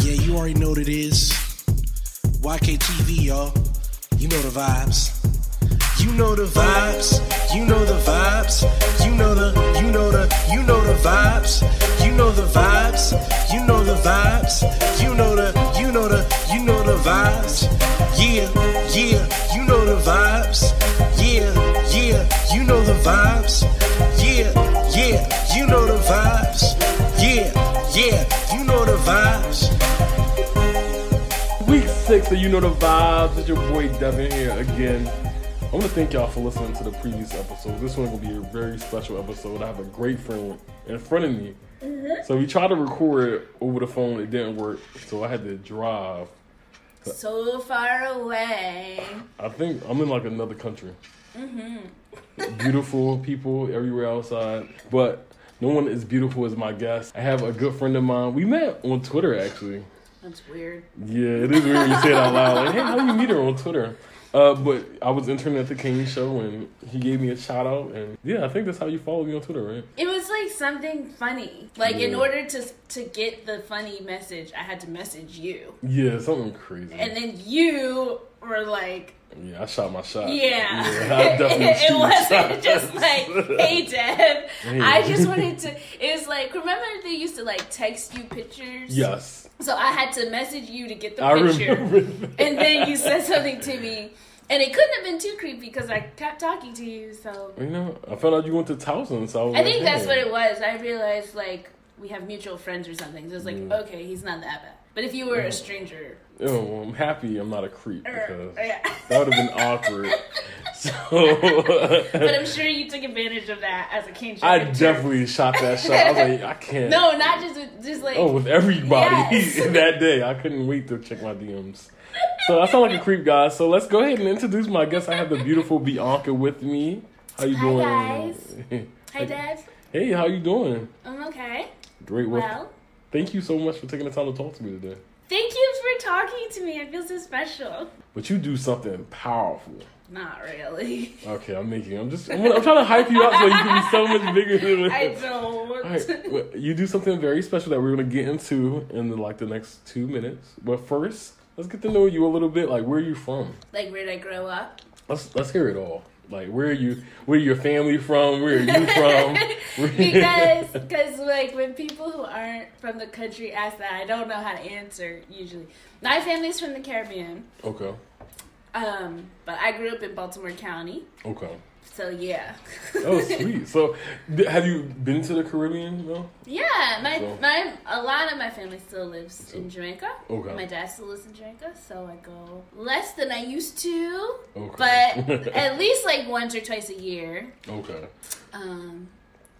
You already know what it is. YKTV, y'all. You know the vibes. You know the vibes. You know the vibes. You know the, you know the, you know the vibes. You know the vibes. You know the vibes. You know the, you know the, you know the vibes. Yeah, yeah, you know the vibes. Yeah, yeah, you know the vibes. Yeah, yeah, you know the vibes. Yeah, yeah, you know the vibes. Week six of You Know the Vibes. It's your boy Devin here again. I want to thank y'all for listening to the previous episode. This one will be a very special episode. I have a great friend in front of me. So we tried to record over the phone, it didn't work. So I had to drive. so far away. I think I'm in like another country. beautiful people everywhere outside, but no one is beautiful as my guest. I have a good friend of mine. We met on Twitter actually. That's weird. Yeah, it is weird when you say it out loud. Like, hey, how do you meet her on Twitter? Uh, but I was interning at the King Show, and he gave me a shout out, and yeah, I think that's how you follow me on Twitter, right? It was like something funny. Like in Yeah. order to to get the funny message, I had to message you, Yeah, something crazy. and then you were like, yeah, I shot my shot. "Yeah." I Uh, definitely it, shoot my wasn't shot. just like, "Hey, Deb." I Hey. just wanted to. It was like, remember they used to like text you pictures. Yes, So I had to message you to get the I picture. remember. and then you said something to me, and it couldn't have been too creepy because I kept talking to you. So You know, I found out you went to Towson, so I, was I like, think that's hey. what it was. I realized like we have mutual friends or something. So it's like, Mm. okay, he's not that bad. But if you were a stranger, You know, I'm happy I'm not a creep er, because yeah. that would have been awkward. So but I'm sure you took advantage of that as a king. I definitely shot that shot. I was like, I can't. No, not just with- just like Oh, with everybody Yes. that day. I couldn't wait to check my DMs. So I sound like a creep, guys. So let's go ahead and introduce my guest. I have the beautiful Bianca with me. How you Hi, doing? guys. hi, Dad. hey, how you doing? I'm okay. Great. Well, Well, thank you so much for taking the time to talk to me today. thank you for talking to me. I feel so special. But you do something powerful. Not really. Okay, I'm making. I'm just. I'm, I'm trying to hype you up so you can be so much bigger than I don't. All right, well, you do something very special that we're gonna get into in the, like the next two minutes. But first, let's get to know you a little bit. Like, where are you from? Like where did I grow up? Let's let's hear it all. Like where are you? Where your family from? Where are you from? Where- because because like when people who aren't from the country ask that, I don't know how to answer usually. My family's from the Caribbean, okay, um, but I grew up in Baltimore County, okay. so yeah. Oh, sweet. So, d- have you been to the Caribbean? No. yeah, my Well- my a lot of my family still lives in Jamaica. Okay. My dad still lives in Jamaica, so I go less than I used to, Okay. but at least like once or twice a year. okay. Um,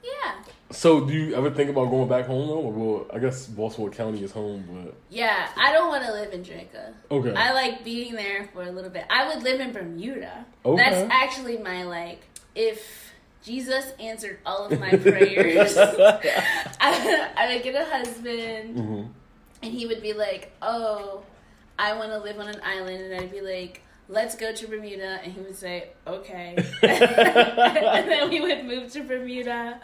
yeah. So, do you ever think about going back home? Though? Or, Well, I guess Baltimore County is home, Yeah, I don't want to live in Jamaica. but okay. I like being there for a little bit. I would live in Bermuda. Okay. That's actually my like if Jesus answered all of my prayers, I, I would get a husband hmm and he would be like, "Oh, I want to live on an island." And I'd be like, "Let's go to Bermuda." And he would say, "Okay." and then we would move to Bermuda.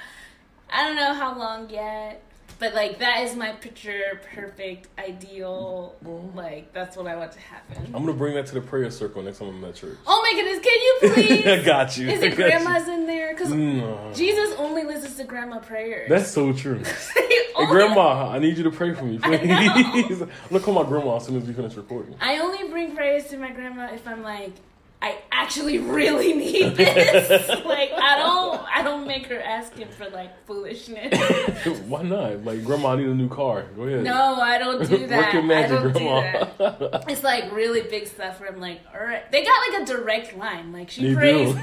I don't know how long yet. But like that is my picture perfect ideal Mm-hmm. like that's what I want to happen. I'm gonna bring that to the prayer circle next time I'm at church. Oh my goodness, can you I please? got you. Is I it got grandma's in there? Because you. Mm. Jesus only listens to grandma prayers. That's so true. He Hey, only- grandma, I need you to pray for me, know. please. Look, call my grandma as soon as we finish recording. I only bring prayers to my grandma if I'm like, I actually really need this. like I don't, I don't make her ask him for like foolishness. Why not? Like, grandma, I need a new car. Go ahead. No, I don't do that. Work your magic, I don't grandma. do that. It's like really big stuff where I'm like, all right. They got like a direct line. Like she They prays do.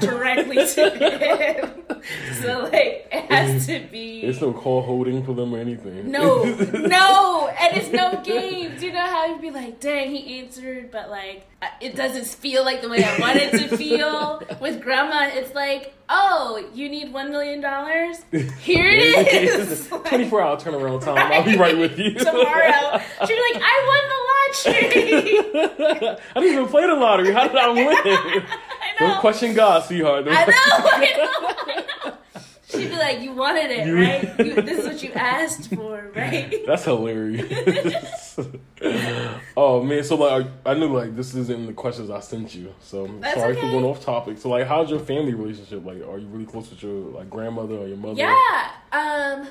directly to him. so like it has to be. It's no call holding for them or anything. no, no, and it's no games. You know how you'd be like, dang, he answered, but like, I- it doesn't feel like the way I want it to feel. With grandma, it's like, oh, you need $1 million? Here it is. Like, 24 hour turnaround time. I'll be right with you. tomorrow. She'd be like, I won the lottery. I didn't even play the lottery. How did I win? I know. Don't question God, sweetheart. Don't I know. I know. She'd be like, "You wanted it, You- right? You, this is what you asked for, right?" That's hilarious. oh man, so like I knew like this isn't the questions I sent you, so I'm That's sorry for okay. going off topic. So like, how's your family relationship? Like, are you really close with your like grandmother or your mother? Yeah. Um.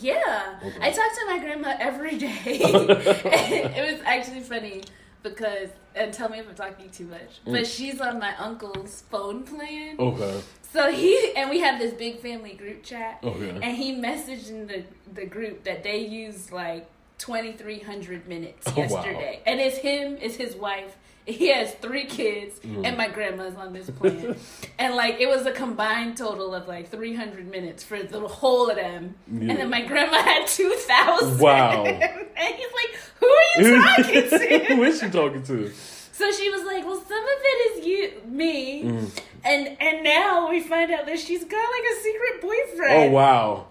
Yeah. Okay. I talk to my grandma every day. it was actually funny because, and tell me if I'm talking too much, but she's on my uncle's phone plan. Okay. So he and we have this big family group chat, Okay. and he messaged in the the group that they used like twenty three hundred minutes Oh, wow. yesterday, and it's him, it's his wife. He has three kids, Mm. and my grandma's on this plan, and like it was a combined total of like three hundred minutes for the whole of them, Yeah. and then my grandma had two thousand. Wow. and he's like, "Who are you talking to?" Who is she talking to? So she was like, "Well, some of it is you, me, Mm-hmm. and and now we find out that she's got like a secret Oh boyfriend. wow.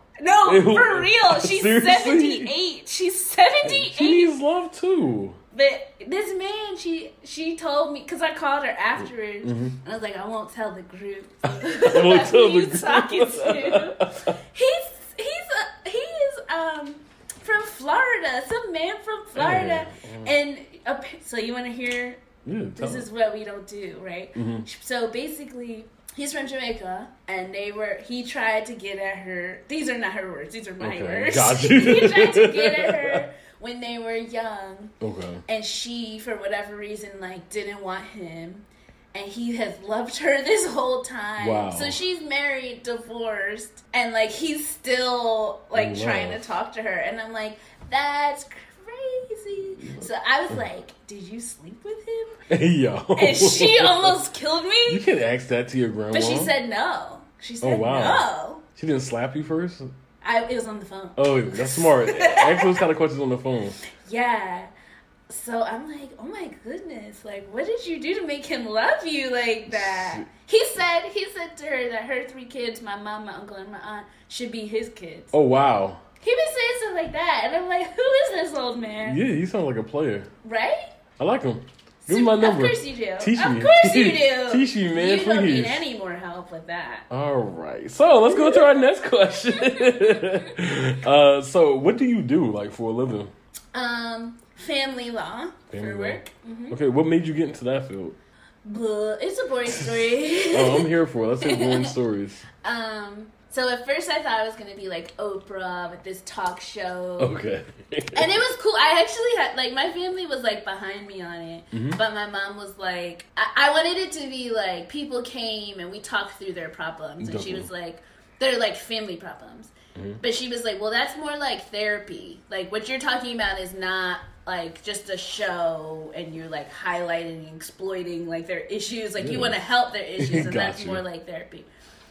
No, Ew. for real, she's Seriously? seventy eight. She's seventy She eight. needs love too. But this man, she she told me because I called her afterwards, and I was like, "I won't tell the group." I Mm-hmm. won't tell the group. talking to. He's he's a, he is um from Florida. Some man from Florida, and appa- so you want to hear Yeah. Tell Mm-hmm. this is what we don't do, right? So basically, he's from Jamaica, and they were. He tried to get at her. These are not her words. These are my Okay, words. got you. he tried to get at her when they were young, okay. and she, for whatever reason, like didn't want him. And he has loved her this whole time. Wow. So she's married, divorced, and like he's still like Wow. trying to talk to her. And I'm like, that's crazy. So I Mm. was like, did you sleep with him? Hey yo. and she almost killed You me. can ask that to your grandma. But she said no. She said Oh, wow. no. she didn't slap you first. I it was on the phone. Oh, that's smart. Ask those kind of questions on the phone. Yeah. So I'm like, oh my goodness, like what did you do to make him love you like that? He said he said to her that her three kids, my mom, my uncle, and my aunt, should be his kids. Oh wow. He was saying stuff like that, and I'm like, who is this old man? Yeah, you sound like a player. Right? I like him. Give him my number. Of course you do. Teach of me. course you do. Teach me, man, You don't need please. any more help with that. All right. So let's go to our next question. uh, so what do you do like for a living? Um, family law Family for law. work. Mm-hmm. Okay, what made you get into that field? Blah, it's a boring story. Oh, I'm here for it. Let's hear boring stories. um, so at first I thought I was gonna be like Oprah with this talk show, Okay. and it was cool. I actually had like my family was like behind me on it, Mm-hmm. but my mom was like, I-, I wanted it to be like people came and we talked through their problems, and Definitely. she Mm-hmm. was like, they're like family problems, but she was like, well, that's more like therapy. Like what you're talking about is not. Like just a show, and you're like highlighting and exploiting like their issues. Like you Yeah. want to help their issues, and that's Gotcha. more like therapy.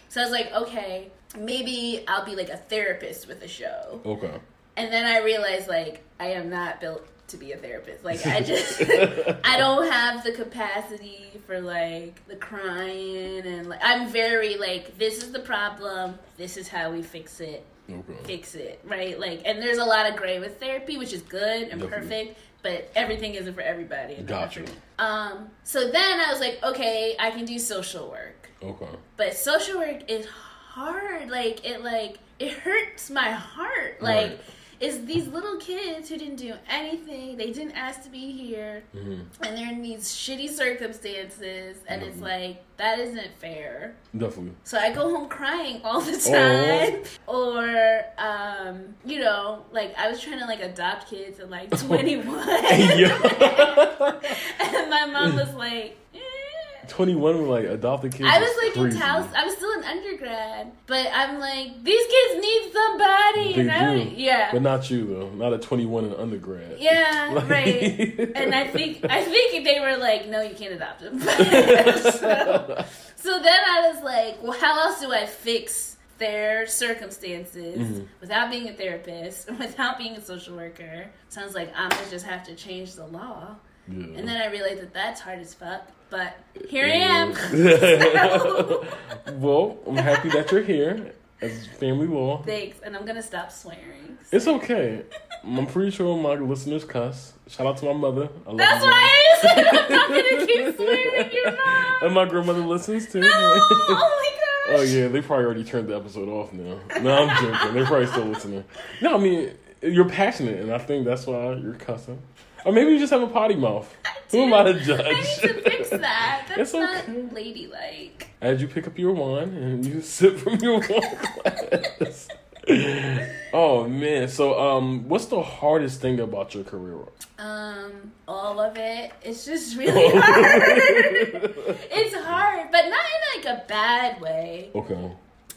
So I was like, okay, maybe I'll be like a therapist with a show. Okay. And then I realized like I am not built to be a therapist. Like I just I don't have the capacity for like the crying and like I'm very like this is the problem, this is how we fix it. Okay. Fix it, right? Like and there's a lot of gray with therapy, which is good and Definitely. perfect, but everything isn't for everybody. and not for Gotcha. me. Um so then I was like, okay, I can do social work Okay. but social work is hard like it like it hurts my heart like Right. it's these little kids who didn't do anything they didn't ask to be here and they're in these shitty circumstances and it's like that isn't fair Definitely. so i go home crying all the Aw. time or um you know like i was trying to like adopt kids at like 21 Hey, yo. and my mom was like eh. 21 with like adopted kids. I is was like crazy. in Taos. I was still an undergrad, but I'm like these kids need somebody. They and I do. don't- yeah, But not you though. Not a 21 and undergrad. yeah, Like- right. and I think I think they were like, no, you can't adopt them. so, so then I was like, well, how else do I fix their circumstances Mm-hmm. without being a therapist, without being a social worker? Sounds like I'm gonna just have to change the law. Yeah. And then I realized that that's hard as fuck. But here I am. So- well, I'm happy that you're here as family law. Thanks, and I'm gonna stop swearing. It's okay. I'm pretty sure my listeners cuss. Shout out to my mother. I love That's you, why I said I'm not gonna keep swearing. You're Mom. not. And my grandmother listens too. No! Oh Oh yeah, they probably already turned the episode off now. No, I'm joking. They're probably still listening. No, I mean you're passionate, and I think that's why you're cussing. Or maybe you just have a potty mouth. Who am I to judge? I need to fix that. That's It's not okay. ladylike. As you pick up your wine and you sip from your wine glass. oh man! So, um, what's the hardest thing about your career? Um, all of it. It's just really hard. it's hard, but not in like a bad way. okay.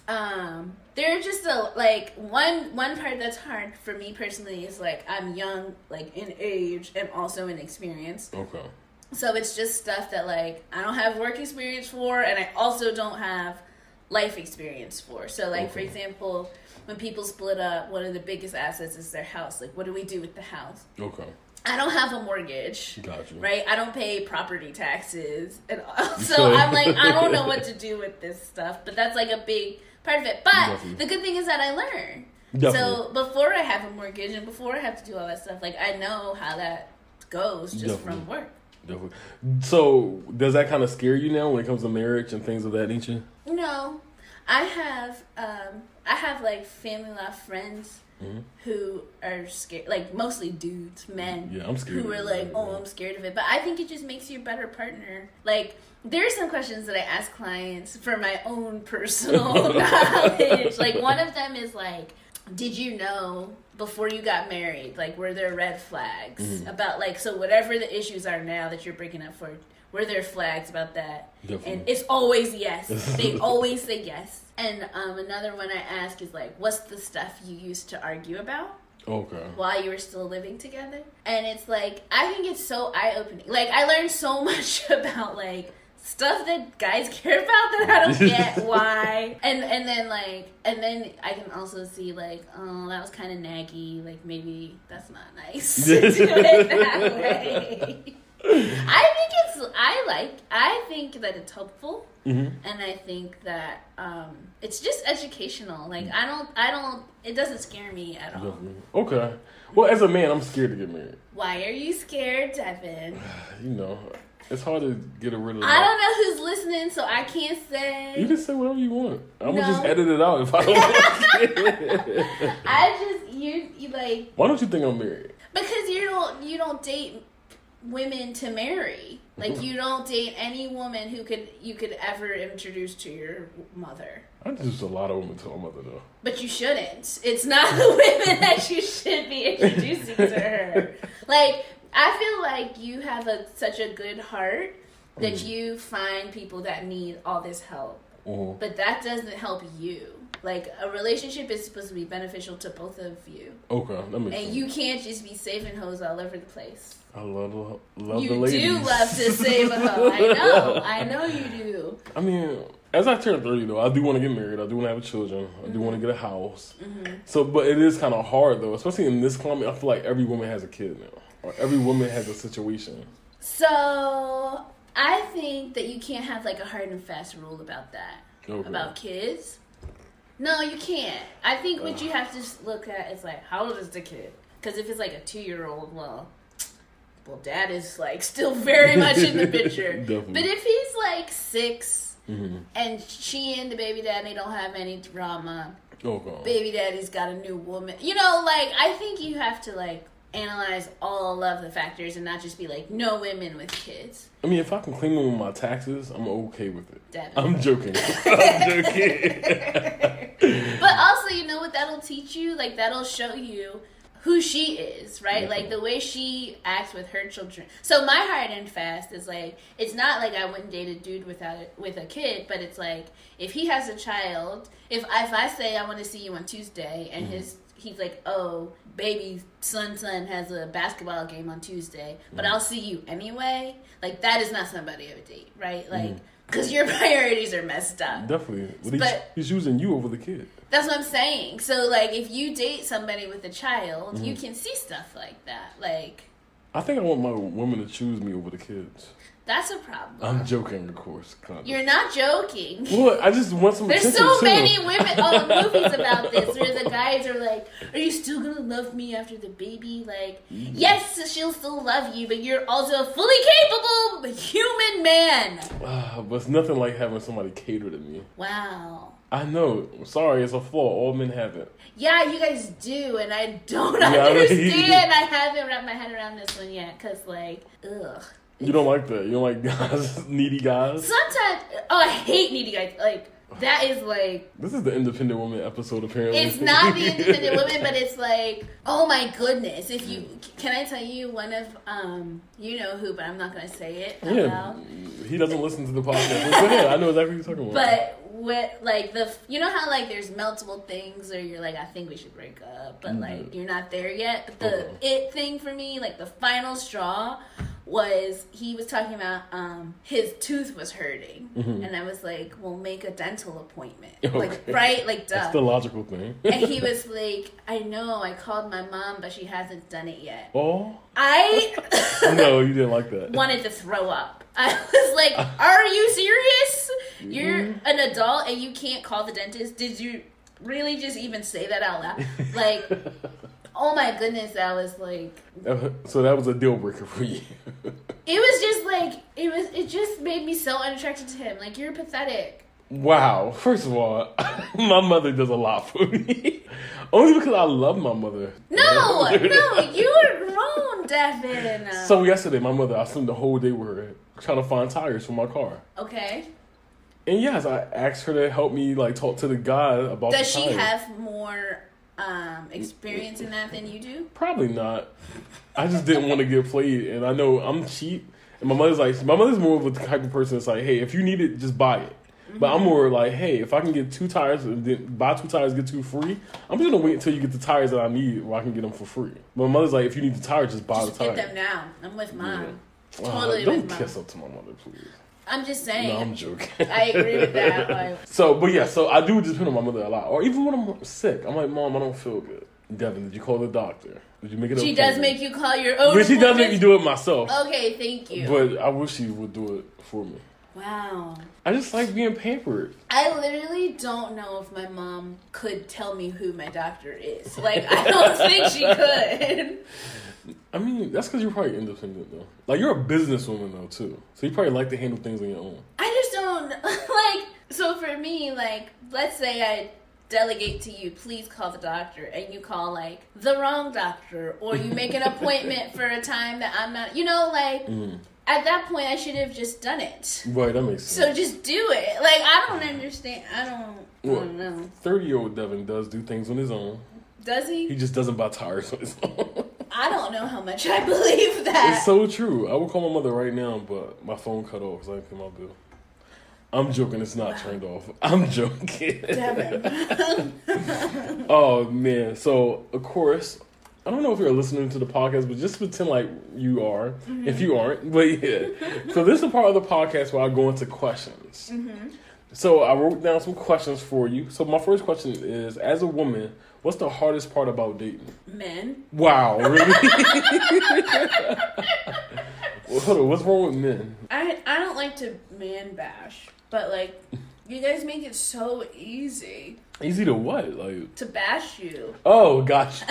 um there's just a like one one part that's hard for me personally is like i'm young like in age and also in experience Okay. so it's just stuff that like i don't have work experience for and i also don't have life experience for so like for Okay. example when people split up one of the biggest assets is their house like what do we do with the house Okay. i don't have a mortgage Got you. right? I don't pay property taxes, and so Okay. I'm like, I don't know what to do with this stuff. But that's like a big part of it. But Definitely. the good thing is that I learn. So Definitely. before I have a mortgage and before I have to do all that stuff, like I know how that goes just Definitely. from work. Definitely. So, does that kind of scare you now when it comes to marriage and things of that nature? No, I have um, I have like family law friends Mm-hmm. who are scared, like mostly dudes, men. Yeah, I'm scared Who of were it, like, yeah. "Oh, I'm scared of it," but I think it just makes you a better partner. Like, there are some questions that I ask clients for my own personal knowledge. Like, one of them is like, "Did you know?" Before you got married, like, were there red flags Mm-hmm. about like so whatever the issues are now that you're breaking up for? Were there flags about that? Definitely. And it's always yes. they always say yes. And um, another one I ask is like, what's the stuff you used to argue about Okay. while you were still living together? And it's like, I think it's so eye opening. Like, I learned so much about like stuff that guys care about that I don't get why. And and then like, and then I can also see like, oh, that was kind of naggy. Like maybe that's not nice to do it that way. I think it's I like I think that it's helpful Mhm. and I think that um it's just educational. Like I don't I don't it doesn't scare me at all. Definitely. Okay. Well, as a man, I'm scared to get married. Why are you scared, Devin? You know, it's hard to get rid of. I that. don't know who's listening, so I can't You say. can say whatever you want. I'm No. gonna just edit it out if I don't. I just you, you like Why don't you think I'm married? because you don't you don't date women to marry. Like you don't date any woman who could you could ever introduce to your mother. I just a lot of women to my mother though. But you shouldn't. It's not the women that you should be introducing to her. Like, I feel like you have a such a good heart that you find people that need all this help. Mhm. But that doesn't help you. Like a relationship is supposed to be beneficial to both of you. Okay, that makes And sense. you can't just be saving hoes all over the place. I love the- love the you ladies. do love to save a hoe. I know. I know you do. I mean, as I turn thirty though, I do want to get married. I do want to have children. I do Mm-hmm. want to get a house. So, but it is kind of hard though, especially in this climate. I feel like every woman has a kid now, or every woman has a situation. So I think that you can't have like a hard and fast rule about that. Okay. About kids. No, you can't. I think what you have to s- look at is like how old is the kid? Because if it's like a two year old, well, well, dad is like still very much in the picture. Definitely. But if he's like 6 and she and the baby daddy don't have any drama, Okay. baby daddy's got a new woman. You know, like I think you have to like analyze all of the factors and not just be like no women with kids. I mean, if I can clean them with my taxes, I'm okay with it. Devin. I'm joking. I'm joking. But also, you know what that'll teach you? Like that'll show you who she is, right? Like the way she acts with her children. So my hard and fast is like it's not like I wouldn't date a dude without it with a kid, but it's like if he has a child, if I, if I say I want to see you on Tuesday and his he's like, "Oh, baby, son son has a basketball game on Tuesday, but I'll see you anyway." Like that is not somebody I would date, right? Like cuz your priorities are messed up. Definitely. But he's, But- he's using you over the kid. That's what I'm saying. So like if you date somebody with a child, you Mm-hmm. can see stuff like that. Like I think I want my women to choose me over the kids. That's a problem. I'm joking, of course. Kind of. You're not joking. Look, I just want some There's attention so too. many women oh, movies about this where the guys are like, "Are you still gonna love me after the baby?" Like, Mm-hmm. yes, she'll still love you, but you're also a fully capable human man. Ah, but it's nothing like having somebody cater to me. Wow. I know. I'm sorry, it's a flaw. All men have it. Yeah, you guys do, and I don't Yeah, I mean- understand. I haven't wrapped my head around this one yet, cause like, ugh. You don't like that. You don't like guys, needy guys. Sometimes, oh, I hate needy guys. Like, that is like This is the independent woman episode, apparently. It's not the independent women, but it's like, oh my goodness! If you can, I tell you one of um, you know who, but I'm not gonna say it oh out Yeah, loud. he doesn't listen to the podcast. But yeah, I know exactly what you're talking about. But what, like the, you know how like there's multiple things, or you're like, I think we should break up, but like you're not there yet. But the Mm-hmm. Uh-huh. it thing for me, like the final straw, was he was talking about um his tooth was hurting, and I was like, well, make a dental appointment, like Mm-hmm. Okay. right, like duh. That's the logical thing. and he was like, I know, I called my mom, but she hasn't done it yet. oh I no, you didn't like that. wanted to throw up. I was like, Are you serious? You're an adult and you can't call the dentist. Did you really just even say that out loud? Like, oh my goodness, that was like, Uh, so that was a deal breaker for you. it was just like, it was, it just made me so unattracted to him. Like, you're pathetic. wow. First of all, my mother does a lot for me. Only because I love my mother. No, no, you are grown, Devin. So yesterday, my mother, I spent the whole day with her trying to find tires for my car. Uh, okay. And yes, I asked her to help me like talk to the guy about. Does the she tires. have more um, experience in that than you do? Probably not. I just didn't want to get played, and I know I'm cheap. And my mother's like, my mother's more of the type of person that's like, hey, if you need it, just buy it. But Mhm. I'm more like, hey, if I can get two tires, and then buy two tires, get two free. I'm just gonna wait until you get the tires that I need, where I can get them for free. But my mother's like, if you need the tires, just buy Just the get tires. them now. I'm with mom. Uh, Totally don't with mom. kiss up to my mother, please. I'm just saying. No, I'm joking. I agree with that. Like, So, but yeah, so I do depend on my mother a lot, or even when I'm sick, I'm like, mom, I don't feel good. Devin, did you call the doctor? Did you make it? she does appointment? make you call your own. But she does make me appointments. do it myself. Okay, thank you. But I wish she would do it for me. wow. I just like being pampered. I literally don't know if my mom could tell me who my doctor is. Like, I don't think she could. I mean, that's because you're probably independent though. Like you're a businesswoman though too, so you probably like to handle things on your own. I just don't like. So for me, like, let's say I delegate to you, please call the doctor, and you call like the wrong doctor, or you make an appointment for a time that I'm not. You know, like Mm. at that point, I should have just done it. Right, that makes sense. So just do it. Like I don't understand. I don't. I What? don't know. Thirty-year-old Devin does do things on his own. Does He he? just doesn't buy tires on his own. I don't know how much I believe that. it's so true. I would call my mother right now, but my phone cut off because I didn't pay my bill. I'm joking. It's not turned off. I'm joking. Devin. Oh man! So of course, I don't know if you're listening to the podcast, but just pretend like you are. If you aren't, but yeah. so this is a part of the podcast where I go into questions. So I wrote down some questions for you. So my first question is: As a woman, what's the hardest part about dating? Men. Wow, really? Well, Hold on, what's wrong with men? I I don't like to man bash, but like you guys make it so easy Easy to what? Like, to bash you. oh gosh.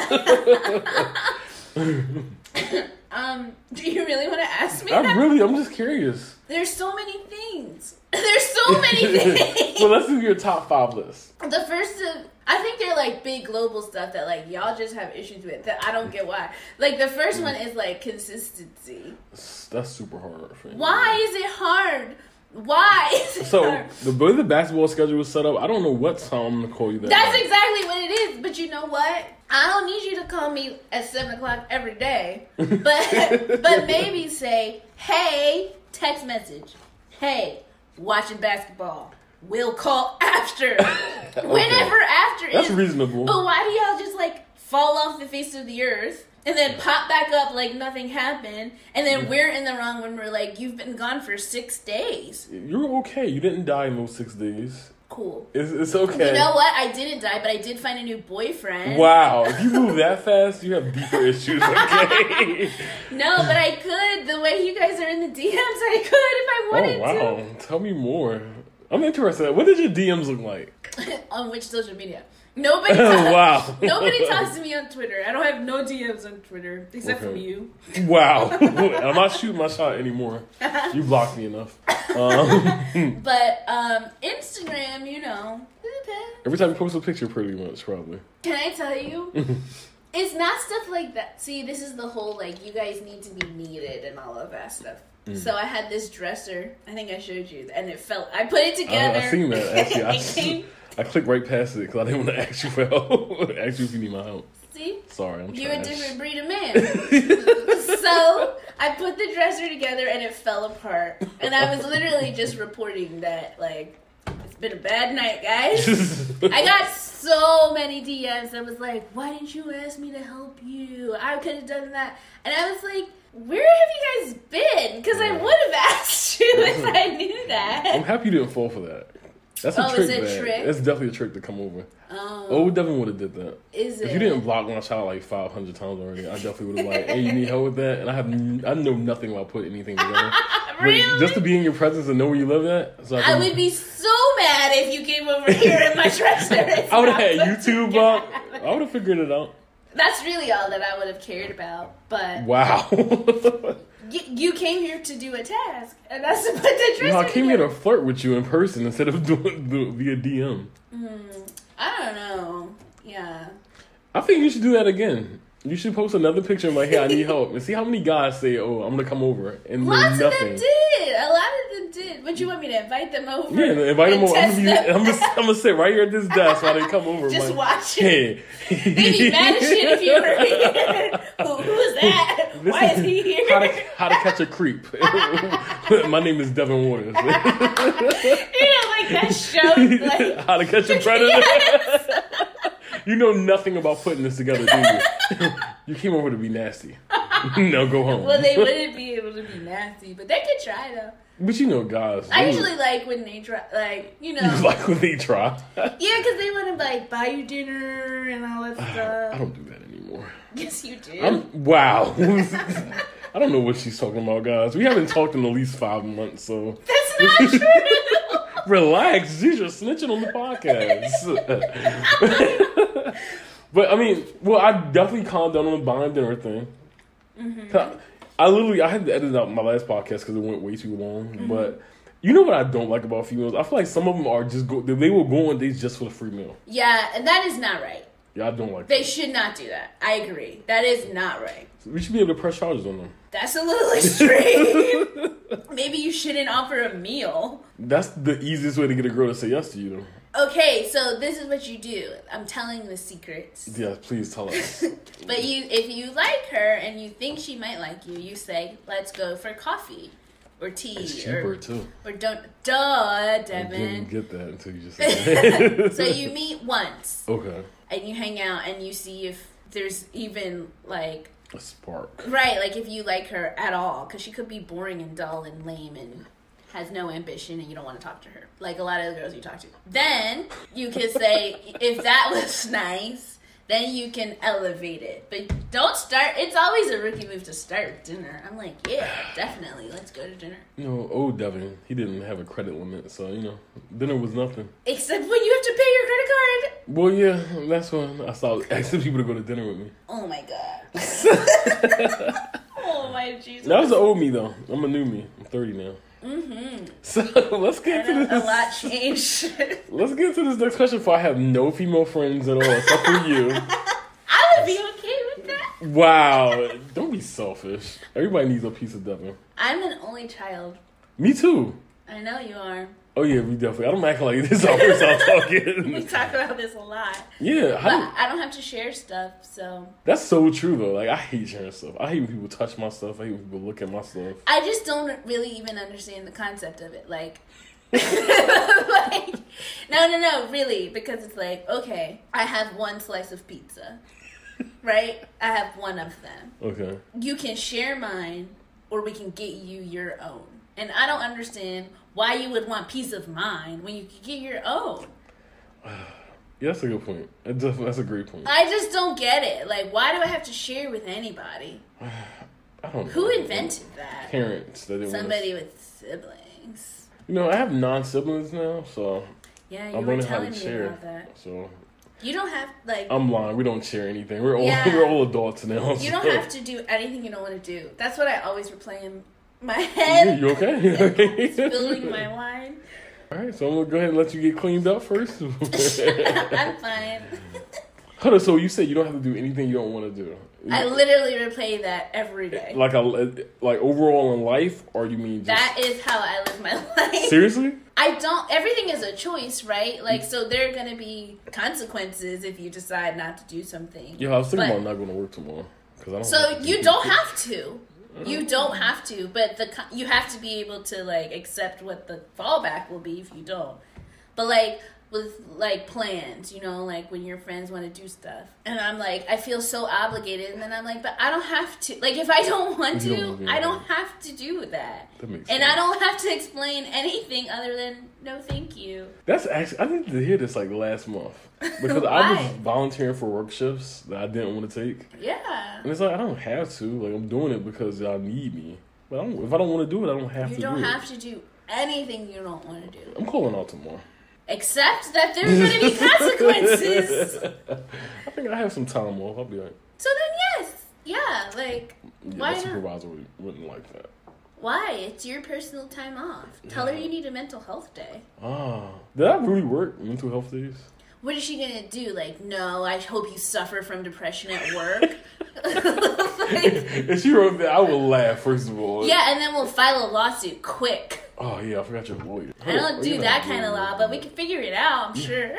Um, do you really want to ask me? I that? really, I'm just curious. There's so many things. There's so many things. so let's do your top five list. the first of I think they're like big global stuff that like y'all just have issues with that I don't get why. Like the first one is like consistency. That's that's super hard for me. Why is it hard? Why is it So hard? the way the basketball schedule was set up, I don't know what time I'm gonna call you that. That's night. exactly what it is. But you know what? I don't need you to call me at seven o'clock every day. But but maybe say, hey, text message. Hey, watching basketball. We'll call after. Whenever after that's is. reasonable. But why do y'all just like fall off the face of the earth and then pop back up like nothing happened? And then we're in the wrong when we're like, you've been gone for six days. You're okay. You didn't die in those six days. cool. It's, it's okay. You know what? I didn't die, but I did find a new boyfriend. Wow, if you move that fast, you have deeper issues. Okay. No, but I could. The way you guys are in the DMs, I could if I oh wanted wow, tell me more. I'm interested. What did your DMs look like? to. On which social media? Nobody. Oh, Talks, wow. Nobody talks to me on Twitter. I don't have no DMs on Twitter except from Okay. you. Wow, I'm not shooting my shot anymore. You blocked me enough. Um, But um, Instagram, you know. every time you post a picture, pretty much, probably. Can I tell you? It's not stuff like that. See, this is the whole like you guys need to be needed and all of that stuff. Mm. So I had this dresser. I think I showed you, and it felt. I put it Oh, I, together. I seen that actually. I, It came- I clicked right past it because I didn't want to ask you for help. ask you if you need my help. see, Sorry, I'm you're a trash. different breed of man. so I put the dresser together, and it fell apart. And I was literally just reporting that like it's been a bad night, guys. I got so many DMs that was like, why didn't you ask me to help you? I could have done that. And I was like, where have you guys been? Because I would have asked you if I knew I'm that. happy you didn't fall for that. That's a Oh, trick, is it bag. trick? That's definitely a trick to come over. Oh, Oh, we definitely would have did that. is it? If you didn't block my shot like 500 times already, I definitely would have like, hey, you need help with that? And I have, n- I know nothing about putting anything together. Really? But just to be in your presence and know where you live at, so I, I can- would be so mad if you came over here in my dresser. and I would have had stuff. YouTube up. I would have figured it out. That's really all that I would have cared about. But Wow. you y- you came here to do a task, and that's to put the dresser. know, I came here together. to flirt with you in person instead of doing do, via DM. I don't know. Yeah. I think you should do that again. You should post another picture and like, hey, I need help, and see how many guys say, oh, I'm gonna come over, and Lots there's of nothing. them did. A lot of them did. Would you want me to invite them over? Yeah, invite them and over. I'm test gonna, be, I'm, gonna, I'm gonna sit right here at this desk while they come over. Just like, watch it. Hey. They'd be mad as shit if you were here. Who, who is that? This Why is he here? How to, how to catch a creep. My name is Devin Waters. you know, like that show. Like, how to catch a predator. you know nothing about putting this together, do you? you came over to be nasty. now go home. well, they wouldn't be able to be nasty, but they could try though. but you know, guys. I they- usually like when they try, like you know, you yeah, like when they try. because they wouldn't like buy you dinner and all that I stuff. don't do that anymore. Yes, you do. I'm wow. I don't know what she's talking about, guys. We haven't talked in at least five months, so That's not true. relax. You're just snitching on the podcast. but I mean, well, I definitely calmed down on the buying dinner thing. 'Cause I, I literally I had to edit out my last podcast because it went way too long. But you know what I don't like about females? I feel like some of them are just go, they will go on dates just for the free meal. yeah, and that is not right. Yeah, I don't like. They That. should not do that. I agree. That is not right. We should be able to press charges on them. That's a little extreme. Maybe you shouldn't offer a meal. That's the easiest way to get a girl to say yes to you. Though. Okay, so this is what you do. I'm telling the secrets. Yeah, please tell us. But you if you like her and you think she might like you, you say, "Let's go for coffee or tea It's cheaper or, too. or don't duh, I didn't Devin." get that until you just said that. So you meet once okay, and you hang out and you see if there's even like a spark. Right, like if you like her at all, because she could be boring and dull and lame and has no ambition, and you don't want to talk to her, like a lot of the girls you talk to. Then you can say, if that was nice, then you can elevate it. But don't start. It's always a rookie move to start with dinner. I'm like, yeah, definitely, let's go to dinner. You know, old Devin, he didn't have a credit limit, so you know, dinner was nothing. Except when you have to pay your credit card. Well, yeah, that's when I started asking people to go to dinner with me. Oh my god. Oh my Jesus. That was the old me though. I'm a new me. I'm 30 now. Mm-hmm. So let's get to A this. lot changed. Let's get to this next question. For I have no female friends at all except for you. I would be okay with that. Wow, don't be selfish. Everybody needs a piece of Devin. I'm an only child. Me too. I know you are. Oh yeah, we definitely. I don't act like this always. I'm We talking. talk about this a lot. Yeah, I But don't, I don't have to share stuff, so that's so true though. Like I hate sharing stuff. I hate when people touch my stuff. I hate when people look at my stuff. I just don't really even understand the concept of it. Like, like no, no, no, really, because it's like, okay, I have one slice of pizza, right? I have one of them. Okay. You can share mine, or we can get you your own. And I don't understand why you would want peace of mind when you could get your own. Yeah, that's a good point. That's a, that's a great point. I just don't get it. Like, why do I have to share with anybody? I don't know. Who invented that? Parents that didn't Somebody with siblings. You know, I have non siblings now, so Yeah, you I'm were learning how telling to me share. about that. So You don't have like I'm lying. We don't share anything. We're all Yeah. we're all adults now. you don't have to do anything you don't want to do. That's what I always replay in my You, head. you okay? Spilling my wine. All right, so I'm gonna go ahead and let you get cleaned up first. I'm fine. Hold on, so you said you don't have to do anything you don't want to do. I literally replay that every day. like a like overall in life, or you mean just that is how I live my life. seriously? I don't. Everything is a choice, right? Like, so there are going to be consequences if you decide not to do something. Yeah, I was thinking But- about not going to work tomorrow because I don't. So have to do you don't have to. You don't have to, but the co- you have to be able to like accept what the fallback will be if you don't. But like with like plans, you know, like when your friends want to do stuff, and I'm like, I feel so obligated, and then I'm like, but I don't have to. Like if I don't want You to, don't want to, I don't have to do that, That makes and sense. I don't have to explain anything other than no, thank you. That's actually I need to hear this like last month because I was Why? volunteering for work shifts that I didn't want to take, Yeah, and it's like I don't have to. Like I'm doing it because y'all need me. But I don't, if I don't want to do it, I don't have you to. don't do it. have to do anything you don't want to do. I'm calling out tomorrow. Except that there's going to be consequences. I think I have some time off. I'll be like, So then, yes, yeah, like yeah, Why my not? supervisor would, wouldn't like that. why? It's your personal time off. Tell her you need a mental health day. Ah, did I really work mental health days? What is she gonna do? Like, no, I hope you suffer from depression at work. Like, if she wrote that, I would laugh first of all. yeah, and then we'll file a lawsuit quick. Oh yeah, I forgot your lawyer. I don't do that kind of law, but we can figure it out. I'm sure.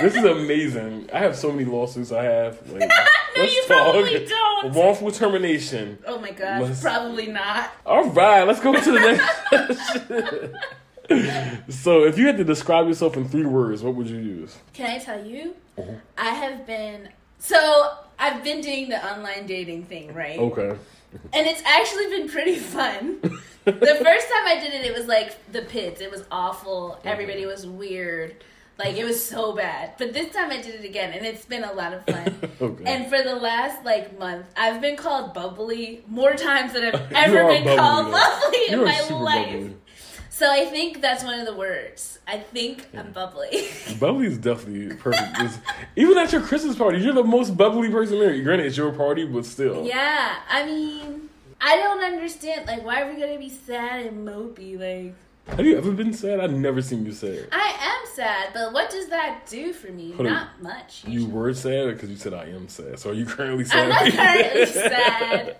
This is amazing. I have so many lawsuits. I have. Like, no, you probably don't. Wrongful termination. Oh my gosh, Must- probably not. All right, let's go to the next. so, if you had to describe yourself in three words, what would you use? Can I tell you? I have been so I've been doing the online dating thing, right? Okay. And it's actually been pretty fun. the first time I did it, it was like the pits. It was awful. Everybody was weird. Like it was so bad. But this time I did it again, and it's been a lot of fun. Okay. And for the last like month, I've been called bubbly more times than I've You ever are been bubbly, called though. bubbly in You're my super life. bubbly. So I think that's one of the words. I think I'm bubbly. Bubbly is definitely perfect. It's- even at your Christmas party, you're the most bubbly person there. Granted, it's your party, but still. yeah, I mean, I don't understand. Like, why are we gonna be sad and mopey? Like, Have you ever been sad? I've never seen you sad. I am sad, but what does that do for me? Hold on. Not much. You were sad because you said I am sad. So are you currently sad? I'm not currently sad,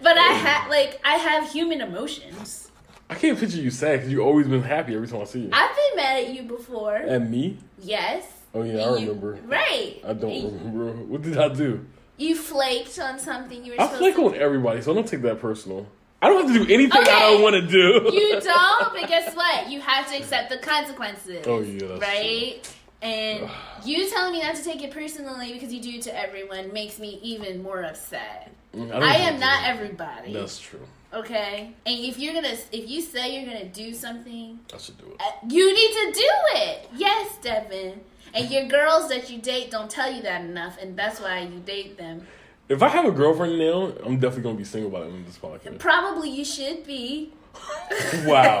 but I have like I have human emotions. I can't picture you sad because you've always been happy every time I see you. I've been mad at you before. and me? Yes. Eh. Oh yeah, I You- remember. Right. I don't You, remember. What did I do? you flaked on something you were I supposed flake to. on everybody, so don't take that personal. I don't have to do anything I don't Okay. want to do. You don't, but guess what? You have to accept the consequences. Oh, yeah, that's right. And you telling me not to take it personally because you do it to everyone makes me even more upset. don't I have to am do not that. everybody. That's true. Okay. And if you're gonna, if you say you're gonna do something, I should do it. uh, you need to do it. Yes, Devin. And your girls that you date don't tell you that enough, and that's why you date them. If I have a girlfriend now, I'm definitely gonna be single by the end of this podcast. Probably you should be. Wow.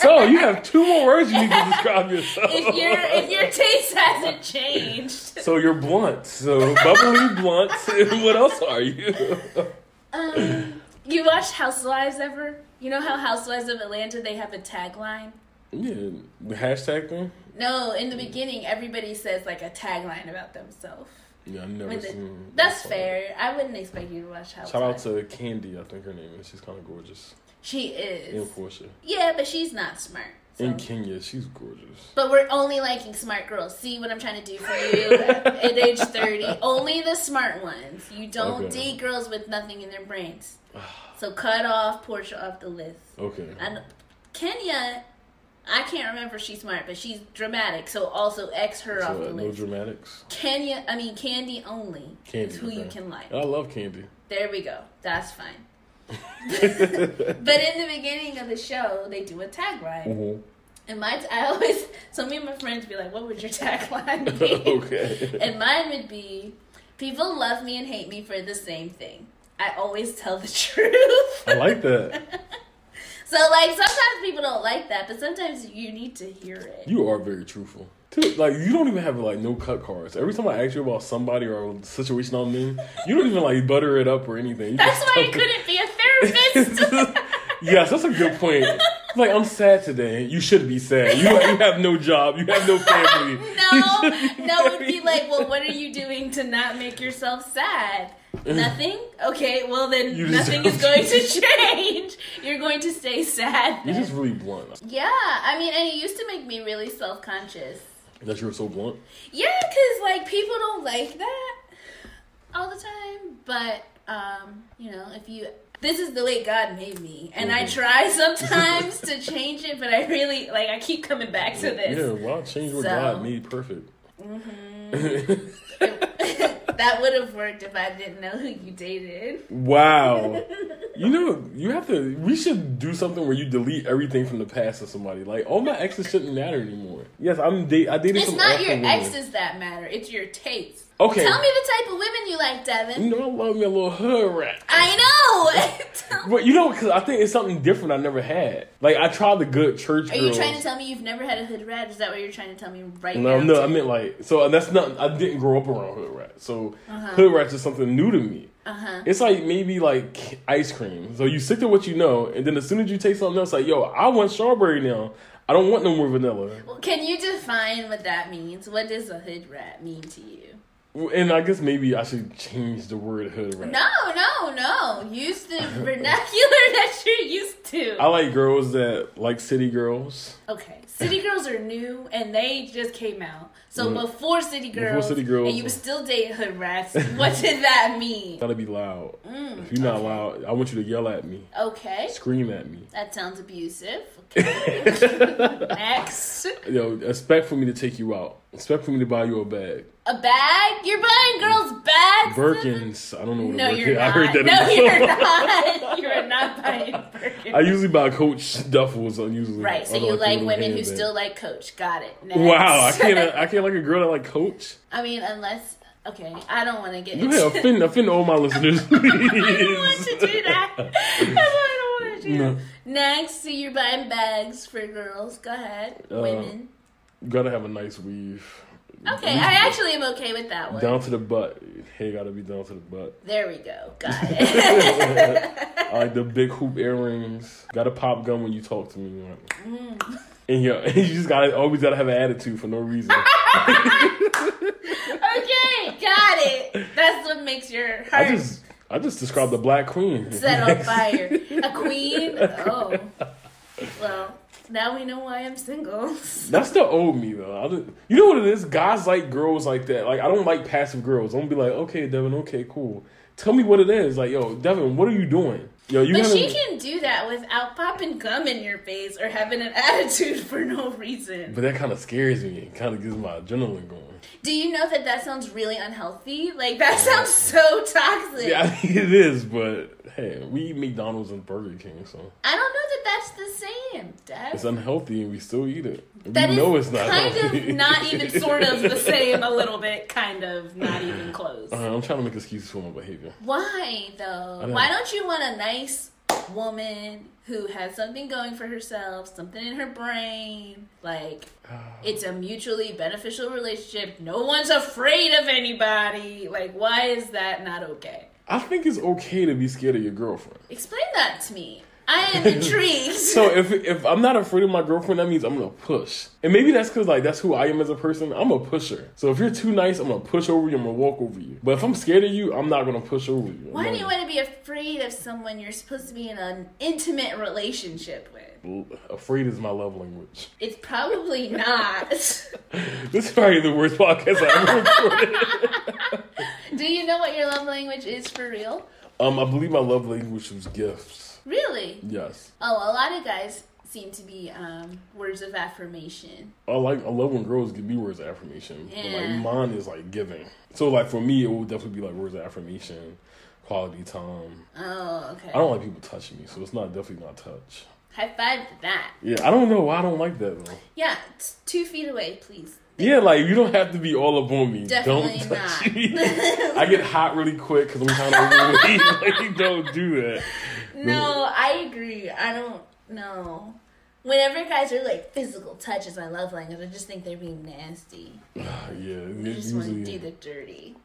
so you have two more words you need to describe yourself. If your if your taste hasn't changed. so you're blunt. So bubbly blunt. what else are you? Um, you watch Housewives ever? You know how Housewives of Atlanta they have a tagline. yeah, the hashtag thing. No, in the beginning everybody says like a tagline about themselves. Yeah, I've never When the- seen. That's that song. fair. I wouldn't expect you to watch Housewives. Mm-hmm. Shout out to Candy, I think her name is. She's kind of gorgeous. She In is. Portia. Yeah, but she's not smart. so- In Kenya, she's gorgeous. But we're only liking smart girls. See what I'm trying to do for you at age 30? Only the smart ones. You don't Okay. date girls with nothing in their brains. So cut off Portia off the list. Okay. And Kenya, I can't remember if she's smart, but she's dramatic. So also X her off So, the uh, no list. dramatics. Kenya, I mean Candy only Candy. is who you okay. Oh. can like. And I love Candy. There we go. That's fine. But in the beginning of the show, they do a tagline. Mhm. And my, I always, so me and my friends be like, what would your tagline be? okay. And mine would be, people love me and hate me for the same thing. I always tell the truth. I like that. So like sometimes people don't like that, but sometimes you need to hear it. You are very truthful. Dude, like you don't even have like no cut cards. Every time I ask you about somebody or a situation I'm in, you don't even like butter it up or anything. You That's just why I talk- couldn't be a therapist. yes, that's a good point. Like I'm sad today. You should be sad. You you have no job. You have no family. no, no, it would be like, well, what are you doing to not make yourself sad? Nothing? Okay, well then You just- nothing is going to change. You're going to stay sad. You're then. just really blunt. Yeah, I mean, and it used to make me really self conscious. That you were so blunt. Yeah, because like people don't like that all the time. But um, you know, if you this is the way God made me, and I Mhm. try sometimes to change it, but I really like I keep coming back to Yeah, this. why change what So- God made perfect? that would have worked if I didn't know who you dated. Wow. You know, you have to. We should do something where you delete everything from the past of somebody. Like all my exes shouldn't matter anymore. Yes, I'm. Da- I dated It's some not awful your women. exes that matter; it's your taste. Okay. Mm. Tell me the type of women you like, Devin. You know, I love me a little hood rat. I know. Tell- But you know, because I think it's something different I never had. Like I tried the good church. Are girls. you trying to tell me you've never had a hood rat? Is that what you're trying to tell me right No, now? no, I meant like so. That's not. I didn't grow up around hood rats, so Uh-huh. hood rats is something new to me. Uh huh. It's like maybe like ice cream. So you stick to what you know, and then as soon as you taste something else, like yo, I want strawberry now. I don't want no more vanilla. Can you define what that means? What does a hood rat mean to you? And I guess maybe I should change the word hood rat. No, no, no. Use the vernacular that you're used I to. like girls that like city girls. Okay, City Girls are new and they just came out. So Mhm. before City Before Girls, City Girls. and you still date hood rats. What did that mean? Gotta be loud. Mm, If you're not loud, I want you to yell at me, Okay, scream at me. that sounds abusive. Okay. Next, Yo, expect for me to take you out. Expect for me to buy you a bag. a bag. You're buying girls bags. Birkins. I don't know what No, a Birkin. you're not. I heard that. no, in- you're not. You're not buying Birkin. I usually buy Coach duffels. I'm usually Right, so although you I like threw them women who handbag. still like Coach. Got it. Next. Wow, I can't. I can't like a girl that like Coach. I mean, unless okay, I don't want to get. You into- have offend offend all my listeners. Please. I don't want to do that. I really don't want to do No. that. Next, so you're buying bags for girls. Go ahead, Uh, women. Gotta have a nice weave. Okay, I actually am okay with that one. Down to the butt. Hey, gotta be down to the butt. There we go. Got it. I like the big hoop earrings. Got to pop gun when you talk to me. Right? And yo, you just gotta always gotta have an attitude for no reason. okay, got it. That's what makes your heart I just I just described the black queen. set on fire. A queen. Oh, well, now we know why I'm single. That's the old me though. I didn't- you know what it is? Guys like girls like that. Like I don't like passive girls. Don't be like, okay, Devin, okay, cool. Tell me what it is. Like, yo, Devin, what are you doing? Yo, you But haven't. she can do that without popping gum in your face or having an attitude for no reason. But that kind of scares me. It kind of gets my adrenaline going. Do you know that that sounds really unhealthy? Like, that sounds so toxic. Yeah, I think it is. But hey, we eat McDonald's and Burger King, so I don't know that that's the same, Dad. it's unhealthy, and we still eat it. That we is know it's not kind healthy. of not even sort of the same, a little bit, kind of not even close. Uh, I'm trying to make excuses for my behavior. Why though? don't Why know. don't you want a nice woman who has something going for herself, something in her brain? Like it's a mutually beneficial relationship. No one's afraid of anybody. Like why is that not okay? I think it's okay to be scared of your girlfriend. Explain that to me. I am intrigued. So if if I'm not afraid of my girlfriend, that means I'm gonna push. And maybe that's because like that's who I am as a person. I'm a pusher. So if you're too nice, I'm gonna push over you. I'm gonna walk over you. But if I'm scared of you, I'm not gonna push over you. why do you want to be afraid of someone you're supposed to be in an intimate relationship to? with? Afraid is my love language. It's probably not. This is probably the worst podcast I ever recorded. Do you know what your love language is for real? um, I believe my love language was gifts. Really? Yes. Oh, a lot of guys seem to be um, words of affirmation. I like I love when girls give me words of affirmation. but, Yeah. like mine is like giving. So like for me, it would definitely be like words of affirmation, quality time. Oh, okay. I don't like people touching me, so it's not definitely not touch. High five to that. Yeah, I don't know why I don't like that though. Yeah, t- two feet away, please. Yeah, like you don't have to be all up on me. Definitely don't touch not. me. I get hot really quick because I'm kind of overweight. like don't do that. No, I agree. I don't know. Whenever guys are like physical touch is my love language, I just think they're being nasty. Yeah, They just want to usually- do the dirty,